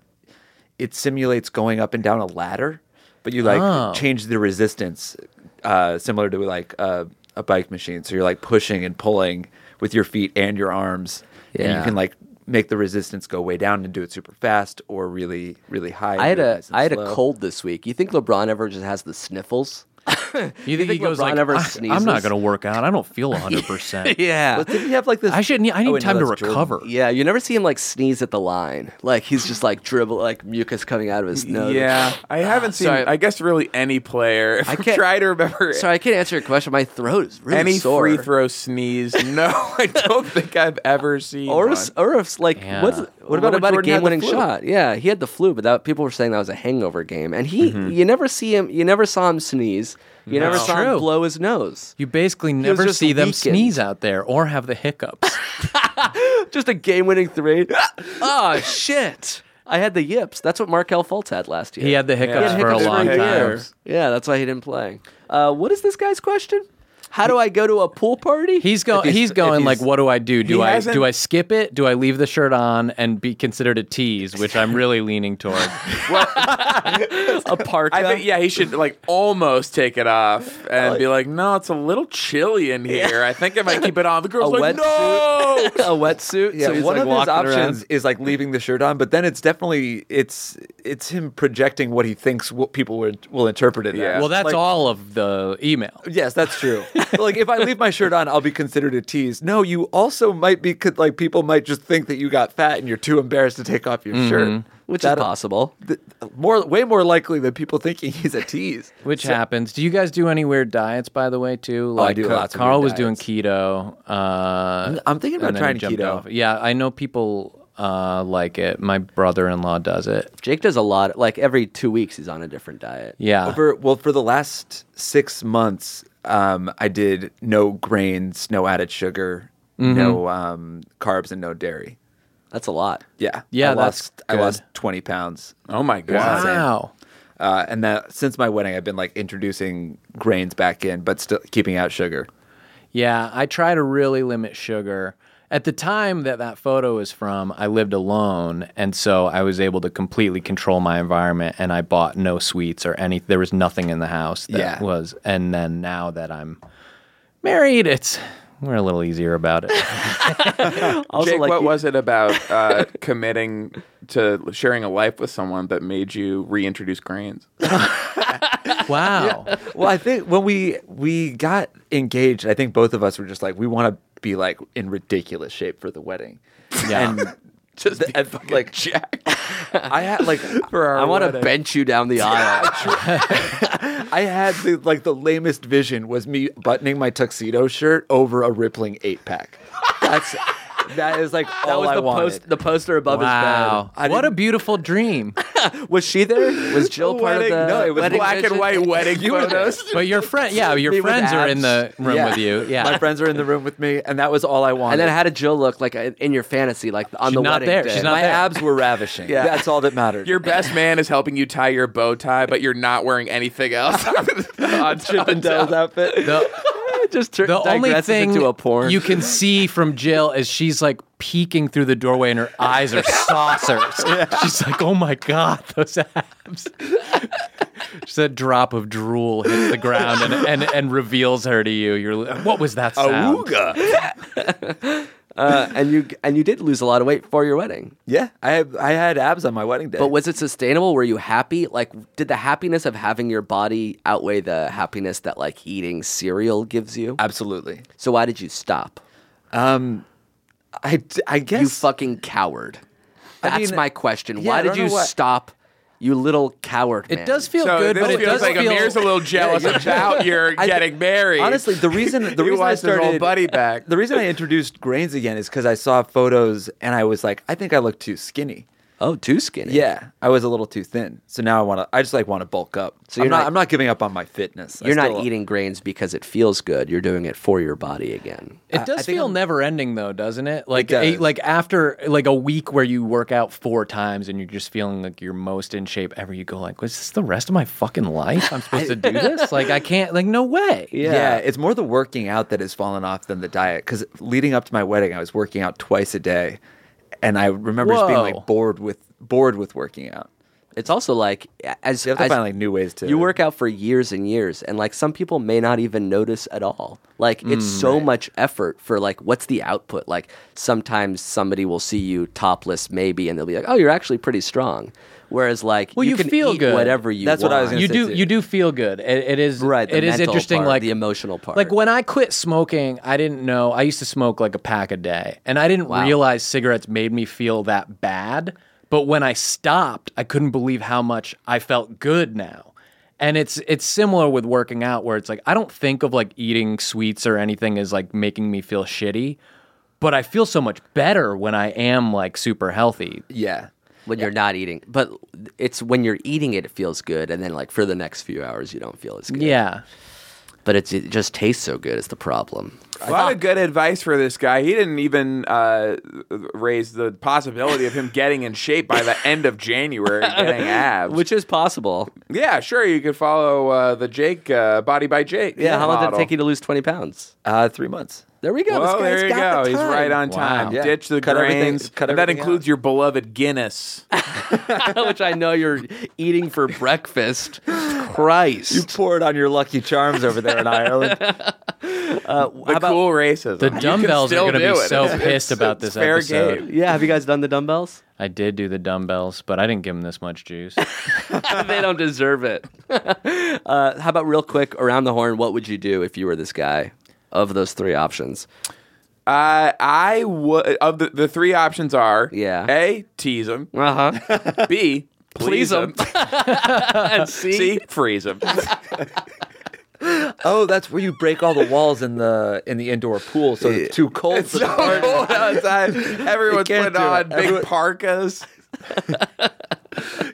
Speaker 4: it simulates going up and down a ladder, but you like
Speaker 2: Oh.
Speaker 4: change the resistance, uh, similar to like uh, a bike machine. So you're like pushing and pulling with your feet and your arms, and
Speaker 1: Yeah.
Speaker 4: you can like make the resistance go way down and do it super fast or really really high. and
Speaker 1: I had
Speaker 4: do it
Speaker 1: a
Speaker 4: nice and
Speaker 1: I had a
Speaker 4: slow.
Speaker 1: cold this week. You think LeBron ever just has the sniffles?
Speaker 2: You think, he
Speaker 1: think
Speaker 2: goes
Speaker 1: LeBron
Speaker 2: like,
Speaker 1: ever
Speaker 2: I, I'm
Speaker 1: sneezes?
Speaker 2: not going to work out. I don't feel 100. percent
Speaker 1: Yeah.
Speaker 4: But did he have like this?
Speaker 2: I shouldn't. I need
Speaker 4: Oh, wait, no,
Speaker 2: time to
Speaker 4: that's Jordan.
Speaker 2: recover.
Speaker 1: Yeah, you never see him like sneeze at the line. Like he's just like dribble, like mucus coming out of his nose.
Speaker 3: Yeah, I haven't seen.
Speaker 1: Sorry.
Speaker 3: I guess really any player. I
Speaker 1: can't-
Speaker 3: try to remember.
Speaker 1: Sorry, I can't answer your question. My throat is really
Speaker 3: any
Speaker 1: sore.
Speaker 3: free throw sneeze? No, I don't think I've ever seen.
Speaker 1: Or,
Speaker 3: one.
Speaker 1: s- or if like
Speaker 2: Yeah.
Speaker 1: what's, what about
Speaker 4: when
Speaker 1: about a
Speaker 4: Jordan had
Speaker 1: game
Speaker 4: the
Speaker 1: winning
Speaker 4: flu.
Speaker 1: shot? Yeah, he had the flu, but that, people were saying that was a hangover game. And he, you never see him, you never saw him sneeze. You never
Speaker 2: That's
Speaker 1: saw
Speaker 2: true.
Speaker 1: him blow his nose.
Speaker 2: You basically
Speaker 1: was
Speaker 2: never
Speaker 1: just
Speaker 2: see them
Speaker 1: weakened.
Speaker 2: sneeze out there or have the hiccups.
Speaker 1: Just a game winning three. oh shit! I had the yips. That's what Markel Fultz had last year.
Speaker 2: He had the
Speaker 1: He
Speaker 2: hiccups
Speaker 1: had
Speaker 2: for a
Speaker 1: hiccups
Speaker 2: long
Speaker 1: for a
Speaker 2: time.
Speaker 1: year. Yeah, that's why he didn't play. Uh, what is this guy's question? How do I go to a pool party?
Speaker 2: He's going. He's,
Speaker 4: he's- if
Speaker 2: going.
Speaker 4: he's-
Speaker 2: like, what do I do? Do
Speaker 3: He
Speaker 2: I
Speaker 3: hasn't-
Speaker 2: do I skip it? Do I leave the shirt on and be considered a tease, which I'm really leaning toward?
Speaker 1: a park.
Speaker 3: I think yeah, he should like almost take it off and be like, "No, it's a little chilly in here. I think I might keep it on." The girl's
Speaker 1: A
Speaker 3: like,
Speaker 1: wetsuit?
Speaker 3: "No."
Speaker 1: a wetsuit.
Speaker 4: Yeah,
Speaker 1: so he's
Speaker 4: one
Speaker 1: like
Speaker 4: of his
Speaker 1: walking around.
Speaker 4: options is like leaving the shirt on, but then it's definitely it's it's him projecting what he thinks will, people will, will interpret it.
Speaker 3: Yeah.
Speaker 4: as.
Speaker 2: Well, that's
Speaker 4: Like,
Speaker 2: all of the email.
Speaker 4: Yes, that's true. like if I leave my shirt on, I'll be considered a tease. No, you also might be could, like people might just think that you got fat and you're too embarrassed to take off your shirt,
Speaker 1: which is
Speaker 4: That'll-
Speaker 1: possible.
Speaker 4: th- more way more likely than people thinking he's a tease.
Speaker 2: Which happens. Do you guys do any weird diets, by the way, too?
Speaker 4: Oh, I do
Speaker 2: Ca-
Speaker 4: lots of
Speaker 2: Carl
Speaker 4: weird
Speaker 2: was doing keto. Uh,
Speaker 4: I'm thinking about
Speaker 2: and then he
Speaker 4: trying
Speaker 2: jumped
Speaker 4: keto.
Speaker 2: off. Yeah, I know people uh, like it. My brother-in-law does it.
Speaker 1: Jake does a lot. Like every two weeks, he's on a different diet.
Speaker 2: Yeah.
Speaker 4: Over well, for the last six months, um, I did no grains, no added sugar, no um, carbs, and no dairy.
Speaker 1: That's a lot.
Speaker 4: Yeah,
Speaker 2: Yeah,
Speaker 4: I
Speaker 2: that's
Speaker 4: lost. I
Speaker 2: good.
Speaker 4: lost twenty pounds,
Speaker 3: Oh my god!
Speaker 2: wow.
Speaker 4: uh, and that since my wedding, I've been like introducing grains back in, but still keeping out sugar.
Speaker 2: Yeah, I try to really limit sugar. At the time that that photo is from, I lived alone, and so I was able to completely control my environment. And I bought no sweets or any. There was nothing in the house that
Speaker 4: Yeah.
Speaker 2: was. And then now that I'm married, it's We're a little easier about it.
Speaker 1: Also,
Speaker 3: Jake,
Speaker 1: like
Speaker 3: what
Speaker 1: you-
Speaker 3: was it about uh, committing to sharing a life with someone that made you reintroduce grains?
Speaker 2: wow.
Speaker 4: well, I think when we we got engaged, I think both of us were just like, we want to be like in ridiculous shape for the wedding.
Speaker 2: Yeah.
Speaker 4: And just like Jack. I had like
Speaker 1: I want to bench you down the aisle.
Speaker 4: I had the like the lamest vision was me buttoning my tuxedo shirt over a rippling eight pack. That's that is like
Speaker 1: that
Speaker 4: all
Speaker 1: was
Speaker 4: I
Speaker 1: the
Speaker 4: wanted.
Speaker 1: post, the poster above
Speaker 2: Wow.
Speaker 4: I
Speaker 2: What a
Speaker 4: didn't-
Speaker 2: beautiful dream.
Speaker 1: his bed. Was she there? Was Jill part of
Speaker 4: Wedding-
Speaker 1: the
Speaker 4: no, it was
Speaker 1: wedding
Speaker 3: Black
Speaker 1: vision?
Speaker 3: and white wedding photos.
Speaker 2: But your friend, yeah, your
Speaker 1: Me with
Speaker 2: friends are in the
Speaker 1: abs.
Speaker 2: room
Speaker 4: Yeah.
Speaker 2: with you. Yeah.
Speaker 4: my friends are in the room with me, and that was all I wanted.
Speaker 1: And then how did Jill look like uh, in your fantasy, like on
Speaker 2: She's
Speaker 1: the
Speaker 2: not
Speaker 1: wedding
Speaker 2: there.
Speaker 1: day?
Speaker 2: She's not
Speaker 4: my
Speaker 2: there.
Speaker 4: abs were ravishing.
Speaker 1: Yeah.
Speaker 4: that's all that mattered.
Speaker 3: Your best man is helping you tie your bow tie, but you're not wering anything else. on
Speaker 4: Chippendales outfit.
Speaker 1: just tur-
Speaker 2: the only
Speaker 1: digresses
Speaker 2: thing
Speaker 1: into a porn.
Speaker 2: you can see from Jill is she's like peeking through the doorway and her eyes are saucers. She's like, oh my God, those abs. Just a drop of drool hits the ground and, and, and reveals her to you. You're like, what was that sound?
Speaker 1: uh, and you and you did lose a lot of weight for your wedding.
Speaker 4: Yeah, I have, I had abs on my wedding day.
Speaker 1: But was it sustainable? Were you happy? Like, did the happiness of having your body outweigh the happiness that like eating cereal gives you?
Speaker 4: absolutely,
Speaker 1: So why did you stop?
Speaker 4: I, d- I guess
Speaker 1: You fucking coward. That's
Speaker 4: mean,
Speaker 1: my question.
Speaker 4: yeah, I
Speaker 1: why
Speaker 4: don't
Speaker 1: did you
Speaker 4: know what-
Speaker 1: stop? You little coward.
Speaker 2: It
Speaker 1: man?
Speaker 2: does feel
Speaker 3: So
Speaker 2: good,
Speaker 3: this
Speaker 2: but it
Speaker 3: feels
Speaker 2: does
Speaker 3: like
Speaker 2: feel.
Speaker 3: Amir's a little jealous about your
Speaker 4: I-
Speaker 3: getting married.
Speaker 4: Honestly, the reason the
Speaker 3: He
Speaker 4: reason I
Speaker 3: wants his old
Speaker 4: started
Speaker 3: buddy back.
Speaker 4: The reason I introduced grains again is because I saw photos and I was like, I think I look too skinny.
Speaker 1: Oh, too skinny.
Speaker 4: Yeah, I was a little too thin, so now I want to. I just like want to bulk up. So
Speaker 1: you're
Speaker 4: I'm not,
Speaker 1: not-
Speaker 4: I'm not giving up on my fitness. I
Speaker 1: You're not
Speaker 4: still-
Speaker 1: eating grains because it feels good. You're doing it for your body again.
Speaker 2: It does feel never ending though, doesn't it? Like
Speaker 4: does.
Speaker 2: A, like after like a week where you work out four times and you're just feeling like you're most in shape ever, you go like, "Was this the rest of my fucking life? I'm supposed to do this? Like I can't. Like no way."
Speaker 4: Yeah. it's more the working out that has fallen off than the diet. Because leading up to my wedding, I was working out twice a day, and I remember just being
Speaker 2: Whoa.
Speaker 4: like bored with bored with working out.
Speaker 1: It's also like as
Speaker 4: You have to
Speaker 1: as-
Speaker 4: find like new ways to.
Speaker 1: You work out for years and years, and like some people may not even notice at all. Like it's
Speaker 4: Mm.
Speaker 1: so much effort for like what's the output? Like sometimes somebody will see you topless, maybe, and they'll be like, "Oh, you're actually pretty strong." Whereas like
Speaker 2: Well, you
Speaker 1: can
Speaker 2: feel
Speaker 1: eat
Speaker 2: good.
Speaker 1: whatever you.
Speaker 4: That's
Speaker 1: want.
Speaker 4: what I was gonna
Speaker 2: you
Speaker 4: say,
Speaker 2: do
Speaker 4: too.
Speaker 2: you do feel good. It, it is
Speaker 1: Right, the
Speaker 2: It is
Speaker 1: mental
Speaker 2: interesting,
Speaker 1: part,
Speaker 2: like
Speaker 1: the emotional part.
Speaker 2: Like when I quit smoking, I didn't know. I used to smoke like a pack a day, and I didn't realize cigarettes made me feel that bad. But when I stopped, I couldn't believe how much I felt good now. And it's it's similar with working out, where it's like I don't think of like eating sweets or anything as like making me feel shitty, but I feel so much better when I am like super healthy.
Speaker 4: Yeah,
Speaker 1: when you're not eating, but it's when you're eating it, it feels good, and then like for the next few hours, you don't feel as good.
Speaker 2: Yeah.
Speaker 1: but it's, it just tastes so good. Is the problem?
Speaker 3: A lot of good advice for this guy. He didn't even uh, raise the possibility of him getting in shape by the end of January, getting abs.
Speaker 1: Which is possible.
Speaker 3: yeah, sure, you could follow uh, the Jake uh, body by Jake.
Speaker 1: Yeah. How long did it
Speaker 3: model.
Speaker 1: take you to lose twenty pounds?
Speaker 4: uh, three months.
Speaker 1: There we go.
Speaker 3: Well,
Speaker 1: this guy's
Speaker 3: there you
Speaker 1: got
Speaker 3: go.
Speaker 1: the
Speaker 3: He's
Speaker 1: time.
Speaker 3: right on time.
Speaker 4: Yeah.
Speaker 3: Ditch the
Speaker 4: Cut everything-
Speaker 3: grains.
Speaker 4: cut
Speaker 3: and that
Speaker 4: everything
Speaker 3: includes
Speaker 4: out.
Speaker 3: your beloved Guinness.
Speaker 1: which I know you're eating for breakfast. Christ.
Speaker 4: You pour it on your Lucky Charms over there in Ireland.
Speaker 3: the cool racism.
Speaker 2: The
Speaker 3: You can
Speaker 2: dumbbells are
Speaker 3: still
Speaker 2: gonna be
Speaker 3: do it.
Speaker 2: so
Speaker 3: It's-
Speaker 2: pissed about
Speaker 3: it's
Speaker 2: this
Speaker 3: fair
Speaker 2: episode.
Speaker 3: Game.
Speaker 1: yeah, have you guys done the dumbbells?
Speaker 2: I did do the dumbbells, but I didn't give them this much juice.
Speaker 1: they don't deserve it. uh, how about real quick around the horn? What would you do if you were this guy? Of those three options,
Speaker 3: Uh, I would of the, the three options are
Speaker 1: Yeah.
Speaker 3: A tease him,
Speaker 1: uh huh.
Speaker 3: B
Speaker 1: Please
Speaker 3: please him,
Speaker 1: and see,
Speaker 3: C freeze him.
Speaker 4: oh, that's where you break all the walls in the in the indoor pool, so it's too cold. for the
Speaker 3: so
Speaker 4: party.
Speaker 3: cold outside. Everyone's
Speaker 4: can't
Speaker 3: putting
Speaker 4: do
Speaker 3: on
Speaker 4: it.
Speaker 3: big
Speaker 4: Everyone-
Speaker 3: parkas.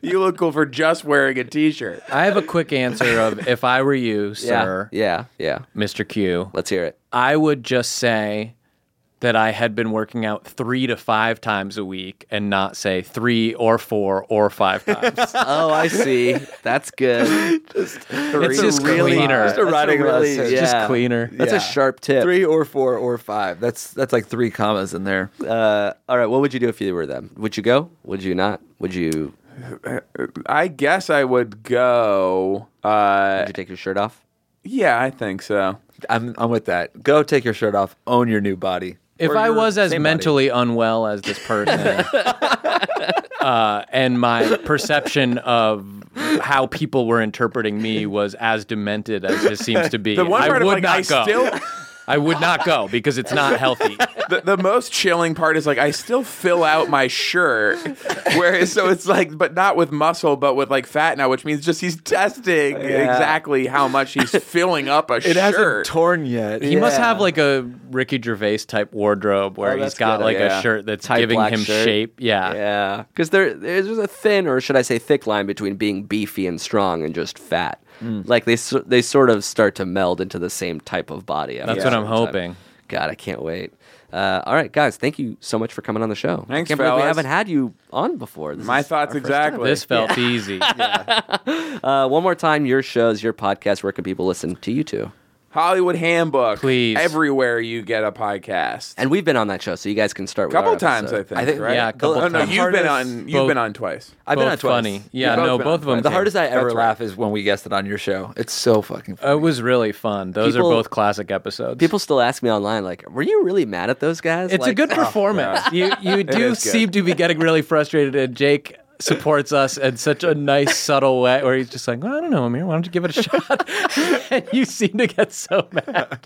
Speaker 3: you look cool for just wearing a t-shirt.
Speaker 2: I have a quick answer of if I were you,
Speaker 1: yeah,
Speaker 2: sir,
Speaker 1: yeah, yeah.
Speaker 2: Mr. Q,
Speaker 1: Let's hear it.
Speaker 2: I would just say that I had been working out three to five times a week and not say three or four or five times.
Speaker 1: Oh, I see. That's good.
Speaker 2: it's just cleaner.
Speaker 4: Just a writing
Speaker 1: really-
Speaker 4: lesson.
Speaker 2: it's
Speaker 1: yeah.
Speaker 2: just cleaner.
Speaker 1: That's a
Speaker 4: Yeah.
Speaker 1: sharp tip.
Speaker 4: Three or four or five. That's that's like three commas in there.
Speaker 1: Uh, All right, what would you do if you were them? Would you go? Would you not? Would you?
Speaker 3: I guess I would go. Uh,
Speaker 2: Uh,
Speaker 1: Would you take your shirt off?
Speaker 3: yeah, I think so.
Speaker 4: I'm I'm with that. Go take your shirt off. Own your new body.
Speaker 2: If
Speaker 4: Or
Speaker 2: I
Speaker 4: your
Speaker 2: was as
Speaker 4: same body.
Speaker 2: mentally unwell as this person, uh, and my perception of how people were interpreting me was as demented as this seems to be,
Speaker 3: The one
Speaker 2: I
Speaker 3: part
Speaker 2: would
Speaker 3: of, like,
Speaker 2: not
Speaker 3: I
Speaker 2: go.
Speaker 3: still-
Speaker 2: I would not go because it's not healthy.
Speaker 3: the, the most chilling part is like I still fill out my shirt, whereas so it's like, but not with muscle, but with like fat now, which means just he's testing exactly how much he's filling up a
Speaker 4: It hasn't
Speaker 3: shirt.
Speaker 4: torn yet.
Speaker 2: He must have like a Ricky Gervais type wardrobe where
Speaker 1: Oh,
Speaker 2: he's
Speaker 1: that's
Speaker 2: got
Speaker 1: good.
Speaker 2: like
Speaker 1: Yeah.
Speaker 2: a shirt that's
Speaker 1: Tight
Speaker 2: giving
Speaker 1: black
Speaker 2: him
Speaker 1: shirt.
Speaker 2: shape.
Speaker 1: Yeah, because there there's a thin, or should I say, thick line between being beefy and strong and just fat.
Speaker 2: Mm.
Speaker 1: Like they so- they sort of start to meld into the same type of body. after
Speaker 2: That's
Speaker 1: a
Speaker 2: what I'm
Speaker 1: certain time.
Speaker 2: hoping.
Speaker 1: God, I can't wait. Uh, all right, guys, thank you so much for coming on the show.
Speaker 3: Thanks,
Speaker 1: I can't believe we
Speaker 3: fellas.
Speaker 1: haven't had you on before. This
Speaker 3: My
Speaker 1: is
Speaker 3: thoughts
Speaker 1: our first time.
Speaker 3: exactly.
Speaker 2: This felt easy.
Speaker 1: Uh, one more time, your shows, your podcast. Where can people listen to you two?
Speaker 3: Hollywood Handbook,
Speaker 2: Please.
Speaker 3: Everywhere you get a podcast,
Speaker 1: And we've been on that show, so you guys can start.
Speaker 3: a
Speaker 1: with our
Speaker 3: couple times
Speaker 1: episode.
Speaker 3: I think.
Speaker 4: I think-
Speaker 3: right?
Speaker 2: yeah, a couple
Speaker 3: Oh no,
Speaker 2: times.
Speaker 3: you've been
Speaker 4: Hardest
Speaker 3: on. You've
Speaker 2: both-
Speaker 3: been on twice.
Speaker 4: I've been
Speaker 2: Both
Speaker 4: on twice.
Speaker 2: funny. Yeah,
Speaker 3: both
Speaker 2: no,
Speaker 3: been
Speaker 2: both
Speaker 3: on
Speaker 2: of them.
Speaker 4: The
Speaker 2: came.
Speaker 4: hardest I ever
Speaker 3: That's right.
Speaker 4: laugh is when we guessed it on your show. It's so fucking. Funny.
Speaker 2: It was really fun. Those
Speaker 1: People-
Speaker 2: are both classic episodes.
Speaker 1: people still ask me online, like, "Were you really mad at those guys?"
Speaker 2: it's a
Speaker 1: Like,
Speaker 2: good performance. you you do
Speaker 3: is good.
Speaker 2: seem to be getting really frustrated, and Jake supports us in such a nice, subtle way, where he's just like, well, "I don't know, Amir. Why don't you give it a shot?" and you seem to get so mad.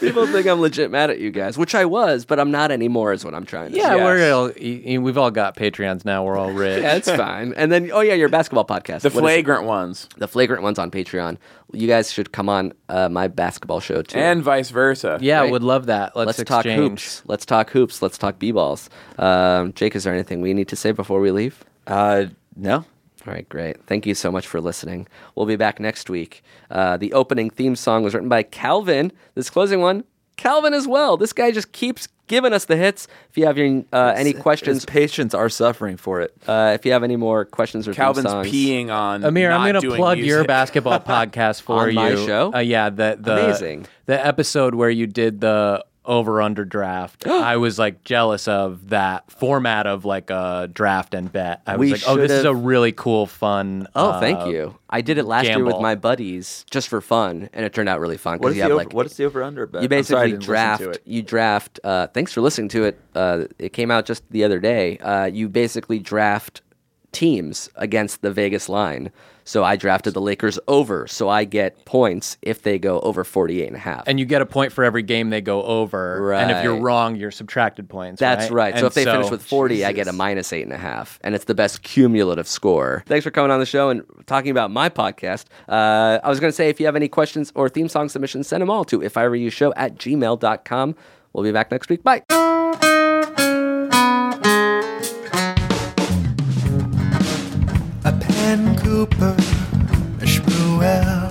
Speaker 1: People think I'm legit mad at you guys, which I was, but I'm not anymore. Is what I'm trying to
Speaker 2: Yeah,
Speaker 1: say.
Speaker 2: we're all, y- y- we've all got Patreons now. We're all rich.
Speaker 1: Yeah, it's fine. And then, oh yeah, your basketball podcast,
Speaker 3: The
Speaker 1: What is it?
Speaker 3: flagrant ones,
Speaker 1: the flagrant ones on Patreon. You guys should come on uh, my basketball show too.
Speaker 3: and vice versa.
Speaker 2: Yeah,
Speaker 1: Right.
Speaker 2: would love that. Let's,
Speaker 1: let's talk
Speaker 2: exchange.
Speaker 1: hoops. Let's talk hoops. Let's talk b balls. Um, Jake, is there anything we need to say before we leave?
Speaker 4: Uh, no.
Speaker 1: All right, great. Thank you so much for listening. We'll be back next week. Uh, the opening theme song was written by Calvin. This closing one, Calvin as well. This guy just keeps giving us the hits. If you have your, uh, any questions
Speaker 4: His patients are suffering for it.
Speaker 1: Uh, if you have any more questions or theme
Speaker 3: Calvin's
Speaker 1: songs,
Speaker 3: peeing on.
Speaker 2: Amir, I'm
Speaker 3: going
Speaker 2: going
Speaker 3: to
Speaker 2: to plug your
Speaker 3: back.
Speaker 2: basketball podcast for
Speaker 1: On
Speaker 2: you.
Speaker 1: my show?
Speaker 2: Uh, yeah, the the
Speaker 1: Amazing.
Speaker 2: the episode where you did the over under draft. I was like jealous of that format of like a draft and bet. I was
Speaker 1: We
Speaker 2: like, oh, this is
Speaker 1: should've-
Speaker 2: a really cool, fun.
Speaker 1: Oh,
Speaker 2: uh,
Speaker 1: thank you. I did it last year with
Speaker 2: gamble.
Speaker 1: my buddies just for fun, and it turned out really fun
Speaker 4: What
Speaker 1: because
Speaker 4: is
Speaker 1: you
Speaker 4: the
Speaker 1: have
Speaker 4: over,
Speaker 1: like
Speaker 4: what is the over under?
Speaker 1: you basically draft you draft. Uh, thanks for listening to it. Uh, it came out just the other day. Uh, you basically draft teams against the Vegas line. So I drafted the Lakers over, so I get points if they go over 48 and a half.
Speaker 2: And you get a point for every game they go over. And if you're
Speaker 1: Right.
Speaker 2: wrong, you're subtracted points.
Speaker 1: That's right.
Speaker 2: And
Speaker 1: So if they finish with 40, I get a minus eight and a half, and it's the best cumulative score. Thanks for coming on the show and talking about my podcast. Uh, I was going to say, if you have any questions or theme song submissions, send them all to if I were you show at gmail.com. We'll be back next week. Bye.
Speaker 5: a Pan Cooper, a Spruell.